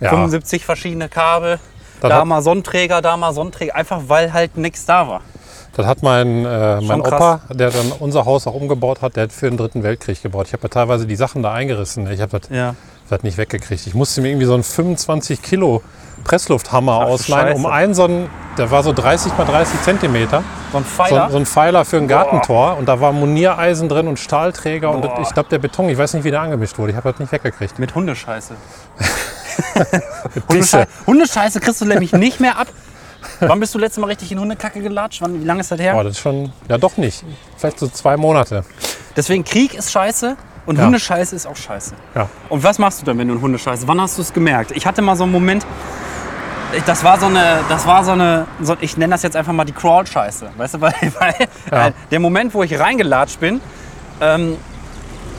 B: Ja.
A: 75 verschiedene Kabel.
B: Das
A: da
B: hat-
A: mal Sonnträger, da mal Sonnträger. Einfach weil halt nichts da war.
B: Das hat mein, äh, mein
A: Schon
B: Opa, der dann unser Haus auch umgebaut hat, der hat für den Dritten Weltkrieg gebaut. Ich habe mir teilweise die Sachen da eingerissen. Ich habe das,
A: Ja.
B: das nicht weggekriegt. Ich musste mir irgendwie so einen 25 Kilo Presslufthammer
A: Ach,
B: ausleihen, um
A: Scheiße.
B: einen so einen, der war so 30 mal 30 Zentimeter,
A: So ein
B: so,
A: Pfeiler.
B: ein- so ein Pfeiler für ein Gartentor. Und da war Moniereisen drin und Stahlträger. Und das,
A: Boah.
B: ich glaube, der Beton, ich weiß nicht, wie der angemischt wurde. Ich habe das nicht weggekriegt.
A: mit Hundescheiße.
B: Disse.
A: Hundescheiße. Hundescheiße kriegst du nämlich nicht mehr ab. Wann bist du letztes Mal richtig in Hundekacke gelatscht? Wann, wie lange ist das her?
B: Boah, das ist schon, ja doch nicht. Vielleicht so zwei Monate.
A: Deswegen Krieg ist scheiße und
B: Ja.
A: Hundescheiße ist auch scheiße.
B: Ja.
A: Und was machst du dann, wenn du einen Hundescheiße? Wann hast du es gemerkt? Ich hatte mal so einen Moment, ich- das war so eine, das war so eine, so, ich nenne das jetzt einfach mal die Crawl-Scheiße. Weißt du, weil, weil
B: Ja.
A: äh, der Moment, wo ich reingelatscht bin, ähm,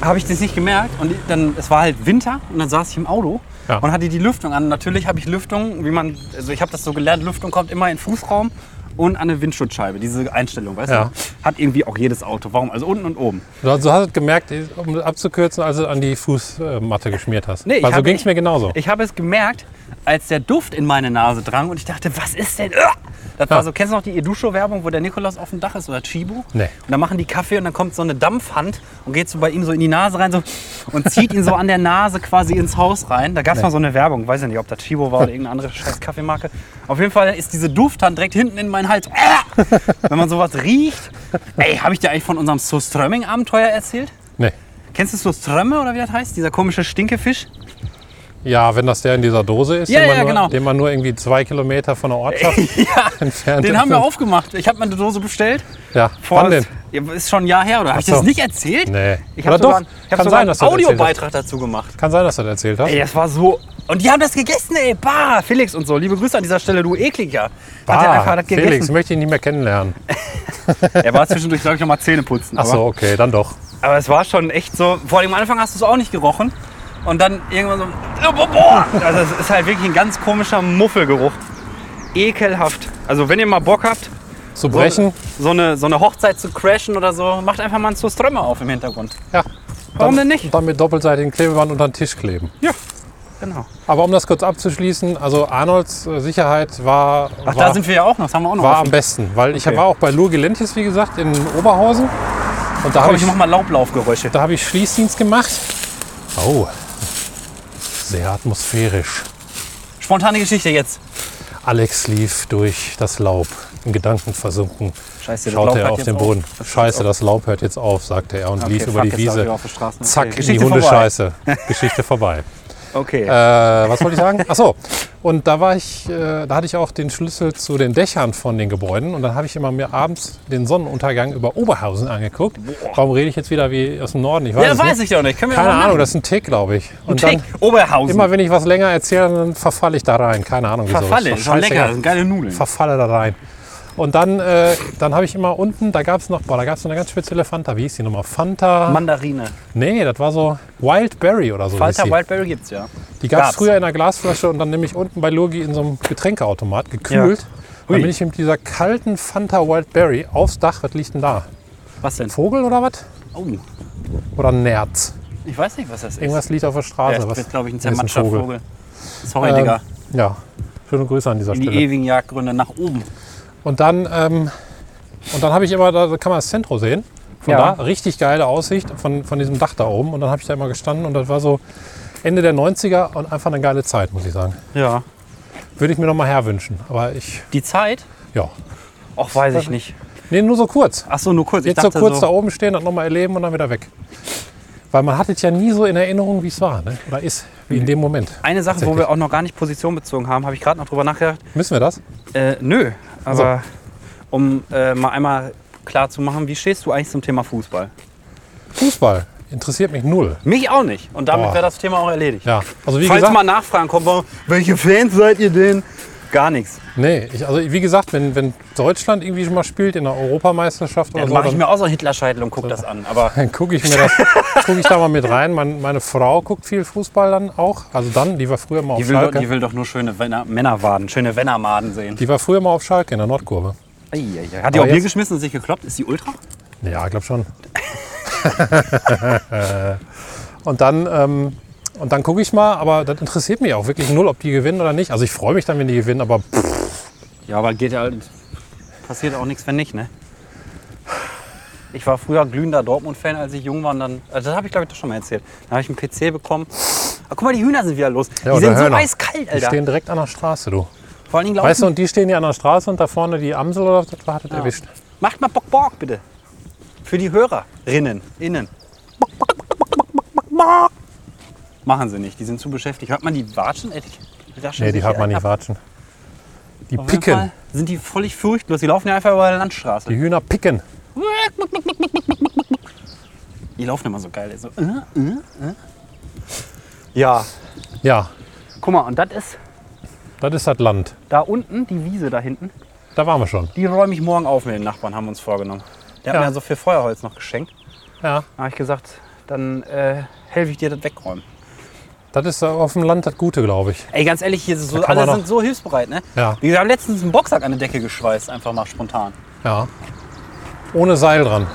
A: habe ich das nicht gemerkt. Und dann, es war halt Winter und dann saß ich im Auto
B: Ja.
A: und hatte die Lüftung an. Natürlich habe ich Lüftung, wie man, also ich habe das so gelernt, Lüftung kommt immer in den Fußraum und an eine Windschutzscheibe. Diese Einstellung, weißt
B: Ja.
A: du? Hat irgendwie auch jedes Auto. Warum? Also unten und oben.
B: Du hast es gemerkt, um das abzukürzen, als du an die Fußmatte geschmiert hast.
A: Nee, ich
B: Weil so
A: hab-
B: ging es mir genauso.
A: Ich habe es gemerkt, als der Duft in meine Nase drang und ich dachte, was ist denn? Uah! Das war
B: Ja.
A: so, kennst du noch die Edusho-Werbung, wo der Nikolaus auf dem Dach ist oder Chibo?
B: Nee.
A: Und dann machen die Kaffee und dann kommt so eine Dampfhand und geht so bei ihm so in die Nase rein so, und zieht ihn so an der Nase quasi ins Haus rein. Da gab es mal so eine Werbung, weiß ja nicht, ob das Chibo war oder irgendeine andere scheiß Kaffeemarke. Auf jeden Fall ist diese Dufthand direkt hinten in meinen Hals. Ah! Wenn man sowas riecht. Ey, habe ich dir eigentlich von unserem Soströmming-Abenteuer erzählt?
B: Nee.
A: Kennst du Soströmme oder wie das heißt? Dieser komische Stinkefisch?
B: Ja, wenn das der in dieser Dose ist,
A: Ja,
B: den, man
A: ja,
B: nur,
A: genau.
B: den man nur irgendwie zwei Kilometer von der Ortschaft entfernt.
A: Den haben wir aufgemacht. Ich habe meine Dose bestellt.
B: Ja,
A: Vor
B: wann denn?
A: Ja, Ist schon ein Jahr her, oder? Habe ich
B: Ach so.
A: das nicht erzählt?
B: Nee.
A: Ich habe
B: Oder doch?
A: sogar, ich hab
B: Kann
A: sogar
B: sein, dass du
A: einen
B: das erzählt
A: Audiobeitrag dazu gemacht.
B: Kann sein, dass du das erzählt hast.
A: Ey, das war so. Und die haben das gegessen, ey. Bah, Felix und so. Liebe Grüße an dieser Stelle, du ekliger. Hat er
B: Bah,
A: einfach das
B: Felix, ne?
A: gegessen.
B: möchte ich nicht mehr kennenlernen.
A: Er war zwischendurch, glaube ich, noch mal Zähne putzen.
B: Ach so, okay, dann doch.
A: aber, aber es war schon echt so. Vor allem am Anfang hast du es auch nicht gerochen. Und dann irgendwann so. Boah, boah. Also, es ist halt wirklich ein ganz komischer Muffelgeruch. Ekelhaft. Also, wenn ihr mal Bock habt,
B: Zu brechen?
A: So eine, so eine Hochzeit zu crashen oder so, macht einfach mal einen Zuströmme auf im Hintergrund.
B: Ja.
A: Warum
B: dann,
A: denn nicht?
B: Dann mit doppelseitigen Klebeband unter den Tisch kleben.
A: Ja, genau.
B: Aber um das kurz abzuschließen, also Arnolds äh, Sicherheit war,
A: Ach,
B: war,
A: da sind wir ja auch noch, das haben wir auch noch.
B: war am
A: offen.
B: besten. Weil ich
A: Okay.
B: war auch bei Lurgi Lentis, wie gesagt, in Oberhausen. Und da
A: Komm,
B: habe
A: ich
B: ich,
A: mach mal Laublaufgeräusche.
B: da hab ich Schließdienst gemacht. Oh, sehr atmosphärisch.
A: Spontane Geschichte jetzt.
B: Alex lief durch das Laub, in Gedanken versunken.
A: Scheiße, das Laub
B: Schaute er
A: hört
B: auf
A: jetzt
B: den
A: auf.
B: Boden.
A: Das
B: Scheiße, das Laub hört jetzt auf, sagte er und
A: Okay,
B: lief
A: fuck,
B: über die
A: jetzt darf ich
B: Wiese.
A: auf der Straße. Okay,
B: Zack, in die
A: Geschichte
B: Hundescheiße. Geschichte vorbei.
A: Okay.
B: Äh, was wollte ich sagen? Ach so. Und da war ich, äh, da hatte ich auch den Schlüssel zu den Dächern von den Gebäuden und dann habe ich immer mir abends den Sonnenuntergang über Oberhausen angeguckt. Warum rede ich jetzt wieder wie aus dem Norden? Ich weiß
A: ja,
B: es
A: weiß
B: nicht.
A: ich doch nicht. Können wir
B: Keine
A: mal
B: Ahnung,
A: machen.
B: das ist ein Tick, glaube ich. Und
A: Tick,
B: dann
A: Oberhausen.
B: immer, wenn ich was länger erzähle, dann verfalle ich da rein. Keine Ahnung wieso.
A: Verfalle,
B: Ist
A: ist
B: doch
A: schon lecker,
B: scheißegal.
A: das sind geile Nudeln.
B: Verfalle da rein. Und dann, äh, dann habe ich immer unten, da gab es noch, boah, da gab es eine ganz spezielle Fanta. Wie hieß die nochmal? Fanta.
A: Mandarine.
B: Nee, das war so Wildberry oder so. hieß
A: Falter
B: die.
A: Wildberry gibt's ja.
B: Die gab es
A: Gab's.
B: früher in einer Glasflasche und dann nämlich unten bei Lurgi in so einem Getränkeautomat gekühlt.
A: Ja.
B: Dann
A: Hui.
B: bin ich mit dieser kalten Fanta Wildberry aufs Dach. Was liegt denn da?
A: Was denn?
B: Vogel oder was?
A: Oh,
B: Oder ein Nerz?
A: ich weiß nicht, was das ist.
B: Irgendwas liegt auf der
A: ja,
B: Straße.
A: das
B: was
A: ist, glaube ich, ein
B: ist ein
A: zermatschter
B: Vogel?
A: Vogel. Sorry,
B: Ähm,
A: Digga.
B: Ja, schöne Grüße an dieser
A: Die
B: Stelle.
A: ewigen Jagdgründe nach oben.
B: Und dann, ähm, und dann habe ich immer, da kann man das Zentrum sehen. Von
A: Ja.
B: da, richtig geile Aussicht von, von diesem Dach da oben. Und dann habe ich da immer gestanden und das war so Ende der 90er und einfach eine geile Zeit, muss ich sagen.
A: Ja.
B: Würde ich mir noch mal herwünschen. Aber ich,
A: Die Zeit?
B: ja.
A: Ach, weiß ich nicht.
B: Nee, nur so kurz.
A: Ach so, nur kurz.
B: Jetzt so kurz da oben stehen, das nochmal erleben und dann wieder weg. Weil man hat es ja nie so in Erinnerung, wie es war. Ne? Oder ist, wie
A: Mhm.
B: in dem Moment.
A: Eine Sache, wo
B: Tatsächlich.
A: wir auch noch gar nicht Position bezogen haben, habe ich gerade noch drüber nachgedacht.
B: Müssen wir das?
A: Äh, nö, aber um äh, mal einmal klar zu machen, wie stehst du eigentlich zum Thema Fußball?
B: Fußball interessiert mich null.
A: Mich auch nicht. Und damit
B: Boah.
A: wäre das Thema auch erledigt.
B: Ja, also wie
A: Falls
B: gesagt,
A: mal Nachfragen kommen, warum, welche Fans seid ihr denn? Gar nichts.
B: nee, ich, also wie gesagt, wenn, wenn Deutschland irgendwie schon mal spielt in der Europameisterschaft oder
A: Dann
B: so,
A: mache ich
B: dann,
A: mir auch so einen Hitlerscheitel und gucke das an. Aber
B: dann gucke ich mir das, gucke ich da mal mit rein. Mein, meine Frau guckt viel Fußball dann auch. Also dann, die war früher mal auf
A: die will, doch,
B: Schalke.
A: die will doch nur schöne Männer, Männerwaden, schöne Männermaden sehen.
B: Die war früher mal auf Schalke in der Nordkurve.
A: Eieiei. Hat die auch
B: Aber
A: Bier
B: jetzt-
A: geschmissen und sich gekloppt? Ist die Ultra?
B: Ja, ich glaube schon. und dann, ähm, und dann gucke ich mal, aber das interessiert mich auch wirklich null, ob die gewinnen oder nicht. Also ich freue mich dann, wenn die gewinnen, aber pff,
A: Ja, aber geht ja halt, passiert auch nichts, wenn nicht, ne? Ich war früher glühender Dortmund-Fan, als ich jung war. Und dann, also das habe ich, glaube ich, doch schon mal erzählt. Dann habe ich einen PC bekommen. Ah, guck mal, die Hühner sind wieder los.
B: Ja,
A: die
B: oder
A: sind so
B: Hörner.
A: eiskalt,
B: die
A: Alter.
B: stehen direkt an der Straße, du.
A: Vor allen Dingen laufen.
B: Weißt du, und die stehen hier an der Straße und da vorne die Amsel oder was war das
A: Ja.
B: erwischt.
A: Macht mal Bock Bock, bitte. Für die Hörerinnen, innen. Bock, bock, bock, bock, bock, bock, bock, bock. Machen sie nicht, die sind zu beschäftigt. Hört man die watschen? Ey, die raschen
B: Nee, die
A: sich
B: hat man
A: ab.
B: nicht watschen. Die
A: Auf jeden Fall
B: picken.
A: Sind die völlig furchtlos. Die laufen ja einfach über der Landstraße.
B: Die Hühner picken.
A: Die laufen immer so geil. So, äh, äh, äh. Ja,
B: Ja,
A: guck mal, und das ist
B: das ist das Land.
A: da unten, die Wiese da hinten,
B: Da waren wir schon.
A: die räume ich morgen auf mit den Nachbarn, haben wir uns vorgenommen. Der hat
B: Ja.
A: mir ja so viel Feuerholz noch geschenkt.
B: Ja,
A: Da habe ich gesagt, dann äh, helfe ich dir das wegräumen.
B: das ist äh, auf dem Land das Gute, glaube ich.
A: Ey, ganz ehrlich, hier ist so,
B: kann man
A: alle
B: doch-
A: sind so hilfsbereit, ne?
B: Ja.
A: Wir haben letztens einen Boxsack an die Decke geschweißt, einfach mal spontan.
B: Ja. Ohne Seil dran.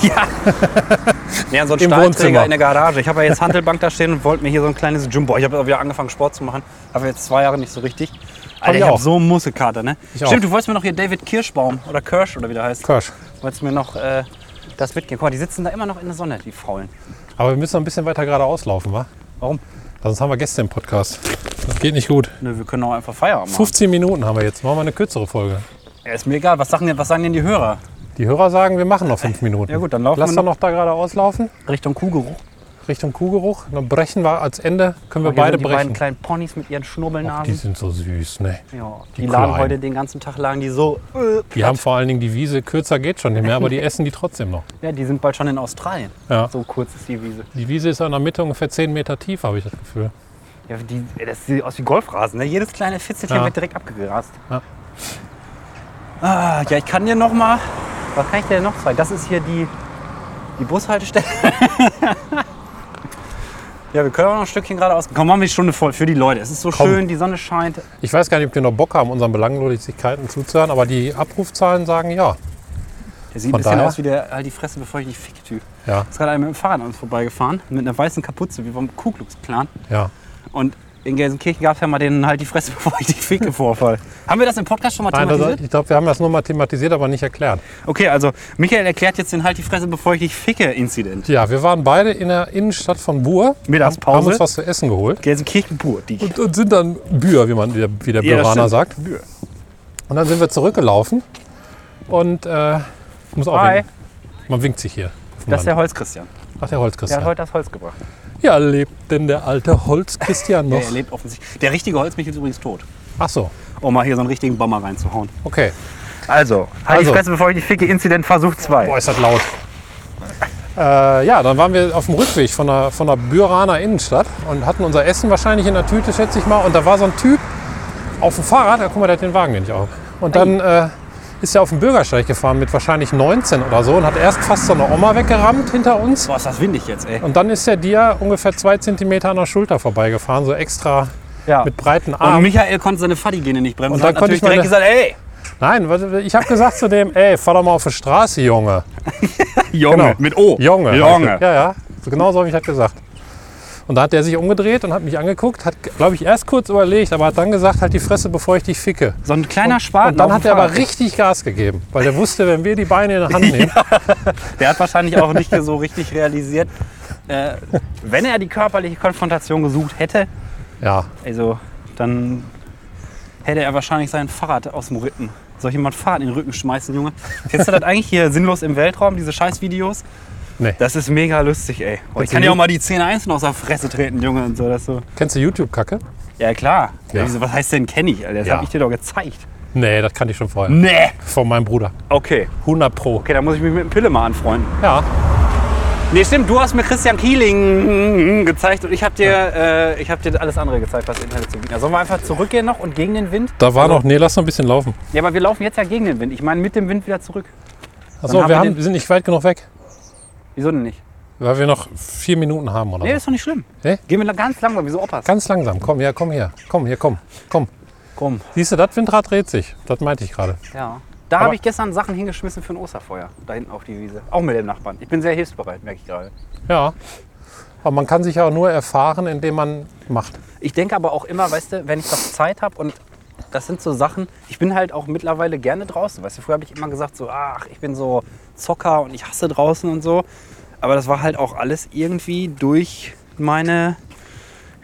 A: Ja, so ein
B: Im
A: Stahlträger
B: Wohnzimmer.
A: in der Garage. Ich habe ja jetzt Handelbank da stehen und wollte mir hier so ein kleines Jumbo. Ich habe auch wieder angefangen, Sport zu machen. Habe jetzt zwei Jahre nicht so richtig. Alter, ich,
B: ich
A: hab
B: auch.
A: so einen Muskelkater, ne?
B: Ich auch.
A: Stimmt, du wolltest mir noch hier David Kirschbaum oder Kirsch oder wie der heißt.
B: Kirsch.
A: Wolltest mir noch äh, das mitgeben. Guck mal, die sitzen da immer noch in der Sonne, die Faulen.
B: Aber wir müssen noch ein bisschen weiter geradeaus laufen, wa?
A: Warum?
B: Sonst haben wir Gäste im Podcast. Das geht nicht gut.
A: Nö, wir können auch einfach Feierabend machen.
B: 15 Minuten haben wir jetzt. Machen wir eine kürzere Folge.
A: Ja, ist mir egal, was sagen, denn, was sagen denn die Hörer?
B: Die Hörer sagen, wir machen noch 5 Minuten.
A: Ja gut, dann laufen
B: Lass
A: wir
B: doch noch da geradeaus laufen,
A: Richtung Kuhgeruch.
B: Richtung Kuhgeruch. Dann brechen wir als Ende, können wir
A: Hier
B: beide
A: sind die beiden
B: brechen.
A: kleinen Ponys mit ihren Schnurbelnasen.
B: Die sind so süß, ne?
A: Ja, die,
B: Die
A: lagen
B: Kleinen.
A: heute den ganzen Tag lagen die so. Äh,
B: Die haben vor allen Dingen die Wiese, kürzer geht schon nicht mehr, aber die essen die trotzdem noch.
A: ja, die sind bald schon in Australien.
B: Ja.
A: So kurz ist die Wiese.
B: Die Wiese ist an der Mitte ungefähr 10 Meter tief, habe ich das Gefühl.
A: Ja, die, das sieht aus wie Golfrasen. Ne? Jedes kleine Fitzelchen
B: Ja.
A: wird direkt abgegrast.
B: Ja.
A: Ah, ja, ich kann dir noch mal. Was kann ich dir denn noch zeigen? Das ist hier die, die Bushaltestelle. ja, wir können auch noch ein Stückchen geradeaus. Komm, machen wir die Stunde voll für die Leute. Es ist so
B: Komm.
A: schön, die Sonne scheint.
B: Ich weiß gar nicht, ob die noch Bock haben, unseren Belanglosigkeiten zuzuhören, aber die Abrufzahlen sagen ja.
A: Der sieht
B: Von
A: ein bisschen
B: daher-
A: aus wie der halt die Fresse, bevor ich dich fick, Typ.
B: Ja,
A: Ist gerade einer mit dem Fahrrad an uns vorbeigefahren. Mit einer weißen Kapuze, wie vom Ku Klux Klan.
B: ja.
A: Und in Gelsenkirchen gab es ja mal den halt die Fresse, bevor ich dich ficke Vorfall. Haben wir das im Podcast schon mal
B: Nein, das,
A: thematisiert?
B: ich glaube, wir haben das nur mal thematisiert, aber nicht erklärt.
A: Okay, also Michael erklärt jetzt den halt die Fresse, bevor ich dich ficke Inzident.
B: Ja, wir waren beide in der Innenstadt von Buhr.
A: Mittagspause.
B: Haben uns was zu essen geholt.
A: Gelsenkirchen pur, die.
B: Und, und sind dann Bühr, wie, man, wie der, wie der
A: Ja, das
B: Büraner sagt.
A: stimmt. Nö.
B: Und dann sind wir zurückgelaufen. Und äh, ich muss auch
A: Hi.
B: winken. Man winkt sich hier. auf dem
A: Das ist der
B: Land.
A: Holz-Christian.
B: Ach, der
A: Der hat
B: Holzchristian.
A: heute das Holz gebracht.
B: Ja, lebt denn der alte Holzchristian noch?
A: Der lebt offensichtlich. Der richtige Holzmichel ist übrigens tot.
B: Ach so,
A: Um mal hier so einen richtigen Bomber reinzuhauen.
B: okay.
A: Also, halt
B: Also.
A: die Fresse, bevor ich dich ficke Inzident Versuch 2.
B: Boah, ist das laut. Äh, ja, dann waren wir auf dem Rückweg von der, von der Büraner Innenstadt und hatten unser Essen wahrscheinlich in der Tüte, schätze ich mal. Und da war so ein Typ auf dem Fahrrad, da guck mal, der hat den Wagen nicht auf. Und dann äh, ist er auf den Bürgersteig gefahren mit wahrscheinlich 19 oder so und hat erst fast so eine Oma weggerammt hinter uns.
A: Boah, ist das windig jetzt, ey.
B: Und dann ist er dir ungefähr zwei Zentimeter an der Schulter vorbeigefahren, so extra
A: Ja.
B: mit breiten
A: Und
B: Armen.
A: Michael konnte seine Fadigene nicht bremsen.
B: Ah. Und dann
A: hat
B: konnte
A: natürlich
B: ich
A: direkt gesagt, ey,
B: Nein, was- ich habe gesagt zu dem, ey, fahr doch mal auf die Straße, Junge.
A: Junge,
B: Genau.
A: mit O.
B: Junge.
A: Junge.
B: Ja, ja. So genau so habe ich das gesagt. Und da hat der sich umgedreht und hat mich angeguckt, hat, glaube ich, erst kurz überlegt, aber hat dann gesagt, halt die Fresse, bevor ich dich ficke.
A: So ein kleiner Spaten.
B: Und dann
A: auf
B: hat
A: dem
B: er aber
A: Fahrrad.
B: richtig Gas gegeben, weil er wusste, wenn wir die Beine in die Hand nehmen,
A: Der hat wahrscheinlich auch nicht so richtig realisiert, äh, wenn er die körperliche Konfrontation gesucht hätte,
B: ja,
A: also dann hätte er wahrscheinlich sein Fahrrad aus dem Rücken. Soll ich jemand Fahrrad in den Rücken schmeißen, Junge? Kennst du das eigentlich hier sinnlos im Weltraum, diese Scheißvideos?
B: Nee.
A: Das ist mega lustig, ey. Und ich
B: Kennst du
A: kann
B: die?
A: ja auch mal die Zähne einzeln aus der Fresse treten, Junge, und so. Das so.
B: kennst du YouTube-Kacke?
A: Ja, klar.
B: Ja.
A: Wieso, Was heißt denn kenne ich, Alter? Das
B: Ja.
A: hab ich dir doch gezeigt.
B: Nee, das kannte ich schon vorher.
A: Nee.
B: Von meinem Bruder.
A: Okay.
B: 100 Pro.
A: Okay, da muss ich mich mit dem Pille mal anfreunden.
B: Ja,
A: Nee, stimmt, du hast mir Christian Kieling gezeigt und ich habe dir, äh, ich hab dir alles andere gezeigt, was Internet zu bieten hat. Sollen wir einfach zurückgehen noch und gegen den Wind?
B: da war noch, nee, lass noch ein bisschen laufen.
A: Ja, aber wir laufen jetzt ja gegen den Wind. Ich meine mit dem Wind wieder zurück.
B: Achso,
A: haben wir
B: wir haben,
A: den-
B: sind nicht weit genug weg,
A: Wieso denn nicht?
B: weil wir noch vier Minuten haben oder
A: Nee,
B: so.
A: ist doch nicht schlimm.
B: Nee?
A: Gehen wir la- ganz langsam, wieso Opas?
B: Ganz langsam, komm, ja, komm her. Komm, hier, komm, komm.
A: Komm,
B: Siehst du, das Windrad dreht sich. Das meinte ich gerade.
A: ja. Da
B: Aber-
A: habe ich gestern Sachen hingeschmissen für ein Osterfeuer. Da hinten auf die Wiese. Auch mit dem Nachbarn. Ich bin sehr hilfsbereit, merke ich gerade.
B: Ja. Aber man kann sich ja nur erfahren, indem man macht.
A: Ich denke aber auch immer, weißt du, wenn ich doch Zeit habe und das sind so Sachen, ich bin halt auch mittlerweile gerne draußen. Weißt du, früher habe ich immer gesagt, so, ach, ich bin so Zocker und ich hasse draußen und so. Aber das war halt auch alles irgendwie durch meine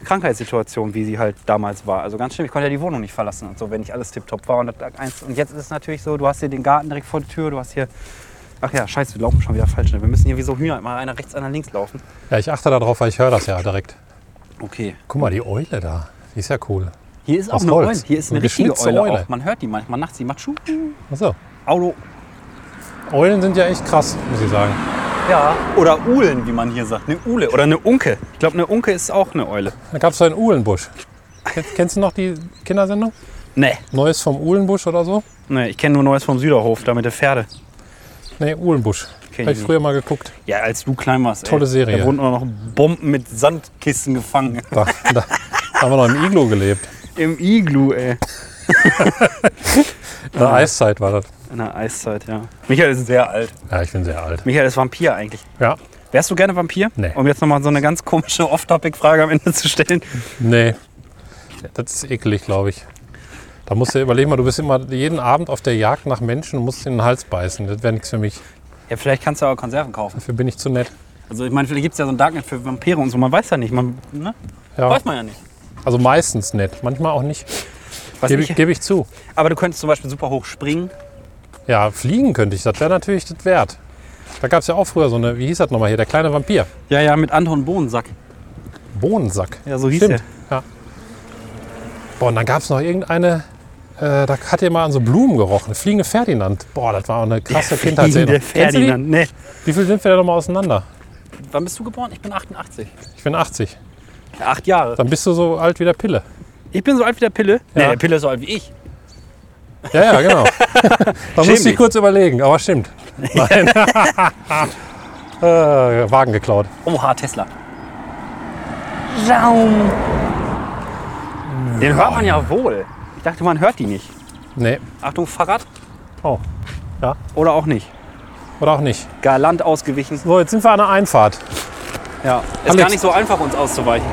A: Krankheitssituation, wie sie halt damals war. Also ganz schlimm, ich konnte ja die Wohnung nicht verlassen und so, wenn ich alles tiptop war. Und, das lag eins. und jetzt ist es natürlich so, du hast hier den Garten direkt vor der Tür, du hast hier. Ach ja, scheiße, wir laufen schon wieder falsch. Ne? Wir müssen hier wie so Hühner, mal einer rechts, einer links laufen.
B: Ja, ich achte darauf, weil ich höre das ja direkt.
A: Okay.
B: Guck mal, die Eule da. Die ist ja cool.
A: Hier ist auch
B: Aus
A: eine
B: Holz.
A: Eule. Hier ist
B: So
A: eine
B: eine
A: richtige
B: geschnitzte
A: Eule,
B: Eule.
A: auch. Man hört die manchmal nachts. Die macht Schuh.
B: Achso.
A: Auto.
B: Eulen sind ja echt krass, muss ich sagen.
A: Ja. Oder Uhlen, wie man hier sagt. Eine Uhle oder eine Unke. Ich glaube, eine Unke ist auch eine Eule.
B: Da gab es so einen Uhlenbusch. Kennst- Kennst du noch die Kindersendung?
A: Nee.
B: Neues vom Uhlenbusch oder so?
A: Nee, ich kenne nur Neues vom Süderhof, da mit der Pferde.
B: Nee, Uhlenbusch.
A: Kenn ich
B: Habe ich
A: nicht.
B: früher mal geguckt.
A: Ja, als du klein warst. ey,
B: Tolle Serie.
A: Da wurden auch noch Bomben mit Sandkisten gefangen.
B: Da, da, da haben wir noch im Iglo gelebt.
A: Im Iglu, ey.
B: In der Eiszeit war das.
A: In der Eiszeit, ja. Michael ist sehr alt.
B: Ja, ich bin sehr alt.
A: Michael ist Vampir eigentlich.
B: Ja.
A: Wärst du gerne Vampir?
B: Nee.
A: Um jetzt nochmal so eine ganz komische Off-Topic-Frage am Ende zu stellen.
B: Nee. Das ist ekelig, glaube ich. Da musst du überlegen mal, du bist immer jeden Abend auf der Jagd nach Menschen und musst in den Hals beißen. Das wäre nichts für mich.
A: Ja, vielleicht kannst du aber Konserven kaufen.
B: Dafür bin ich zu nett.
A: Also ich meine, vielleicht gibt es ja so ein Darknet für Vampire und so. Man weiß ja nicht. Man, ne?
B: Ja.
A: Weiß man ja nicht.
B: Also meistens nett, manchmal auch nicht.
A: Was
B: Gebe
A: ich-
B: ich, gebe ich zu.
A: Aber du könntest zum Beispiel super hoch springen.
B: Ja, fliegen könnte ich, das wäre natürlich das wert. Da gab es ja auch früher so eine, wie hieß das nochmal hier, der kleine Vampir.
A: Ja, ja, mit Anton Bohnensack.
B: Bohnensack.
A: Ja, so hieß
B: Stimmt. Ja. Boah, und dann gab es noch irgendeine, äh, da hat ihr mal an so Blumen gerochen. Fliegende Ferdinand. Boah, das war auch eine krasse
A: Der
B: Kindheitserinnerung. Kennst du die?
A: Ferdinand. Nee.
B: Wie viel sind wir denn nochmal auseinander?
A: Wann bist du geboren? Ich bin 88.
B: Ich bin 80.
A: Ja, acht Jahre.
B: Dann bist du so alt wie der Pille.
A: Ich bin so alt wie der Pille.
B: Ja.
A: Nee, der Pille ist so alt wie ich.
B: Ja, ja, genau. da musste
A: dich.
B: ich kurz überlegen, aber stimmt. Nein. äh, Wagen geklaut.
A: Oha, Tesla. Raum. Den hört man ja wohl. Ich dachte, man hört die nicht.
B: Nee.
A: Achtung, Fahrrad
B: Oh. Ja.
A: oder auch nicht.
B: Oder auch nicht.
A: Galant ausgewichen.
B: So, jetzt sind wir an der Einfahrt.
A: Ja. Ist
B: Alex.
A: gar nicht so einfach, uns auszuweichen.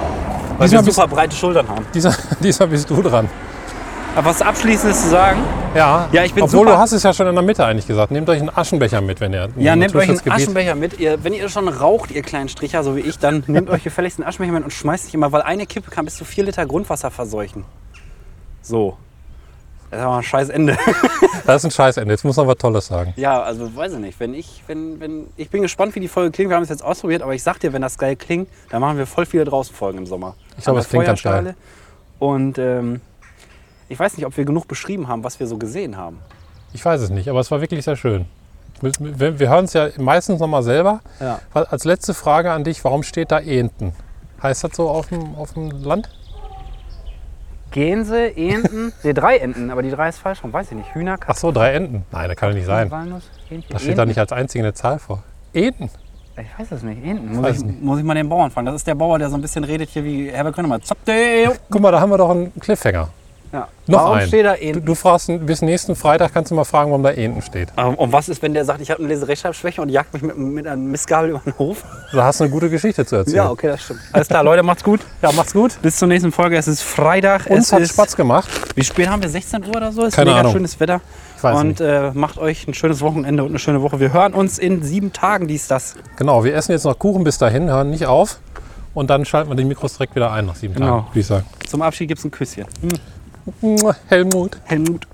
A: Weil
B: Diesmal
A: wir
B: bist-
A: super breite Schultern haben.
B: Dieser, diesmal bist du dran.
A: Aber was Abschließendes zu sagen,
B: Ja,
A: Ja, ich bin
B: obwohl
A: super-
B: du hast es ja schon in der Mitte eigentlich gesagt. Nehmt euch einen Aschenbecher mit, wenn ihr
A: Ja,
B: im
A: nehmt euch einen
B: Naturschutzgebiet-
A: Aschenbecher mit. Ihr, wenn ihr schon raucht, ihr kleinen Stricher, so wie ich, dann nehmt euch gefälligst einen Aschenbecher mit und schmeißt nicht immer, weil eine Kippe kann bis zu 4 Liter Grundwasser verseuchen. So. Das ist aber ein scheiß Ende.
B: Das ist ein Scheißende. Jetzt muss noch was Tolles sagen.
A: Ja, also weiß ich nicht. Wenn ich, wenn, wenn, ich bin gespannt, wie die Folge klingt. Wir haben es jetzt ausprobiert, aber ich sag dir, wenn das geil klingt, dann machen wir voll viele draußen Folgen im Sommer. Ich
B: glaube, es klingt ganz geil.
A: Und ähm, ich weiß nicht, ob wir genug beschrieben haben, was wir so gesehen haben.
B: Ich weiß es nicht, aber es war wirklich sehr schön. Wir, wir hören es ja meistens noch mal selber.
A: Ja.
B: Als letzte Frage an dich, warum steht da Enten? Heißt das so auf dem, auf dem Land?
A: Gänse, Enten, ne, drei Enten, aber die drei ist falsch rum. Weiß ich nicht. Hühner,
B: Ach so, drei Enten. Nein, das kann doch nicht sein.
A: Walnuss, Hähnchen,
B: Das steht da nicht als einzige eine Zahl vor. Enten?
A: Ich weiß es nicht. Enten. Muss,
B: Weiß
A: ich,
B: nicht.
A: muss ich mal den Bauern fragen. Das ist der Bauer, der so ein bisschen redet hier wie Herbert Grönemeyer. Zopp de-
B: Guck mal, da haben wir doch einen Cliffhanger.
A: ja.
B: Noch
A: Warum
B: einen.
A: steht da
B: Du,
A: Enten?
B: du fragst bis nächsten Freitag, kannst du mal fragen, warum da Enten steht.
A: Aber Ähm, Und was ist, wenn der sagt, ich habe eine Leserechtschreibschwäche und jagt mich mit, mit einem Mistgabel über den Hof?
B: Also Da hast du eine gute Geschichte zu erzählen.
A: Ja, okay, das stimmt. Alles klar, Leute, macht's gut.
B: ja macht's gut.
A: Bis zur nächsten Folge. Es ist Freitag.
B: Uns
A: es
B: hat
A: ist,
B: Spaß gemacht.
A: Wie spät haben wir? 16 Uhr oder so? Ist
B: Keine
A: mega
B: Ahnung.
A: schönes Wetter.
B: Ich weiß
A: und
B: nicht.
A: äh, macht euch ein schönes Wochenende und eine schöne Woche. Wir hören uns in sieben Tagen, dies, das.
B: Genau, wir essen jetzt noch Kuchen bis dahin, hören nicht auf. Und dann schalten wir die Mikros direkt wieder ein nach sieben
A: Genau.
B: Tagen, würde ich sagen.
A: Zum Abschied gibt's ein Küsschen.
B: Helmut.
A: Helmut.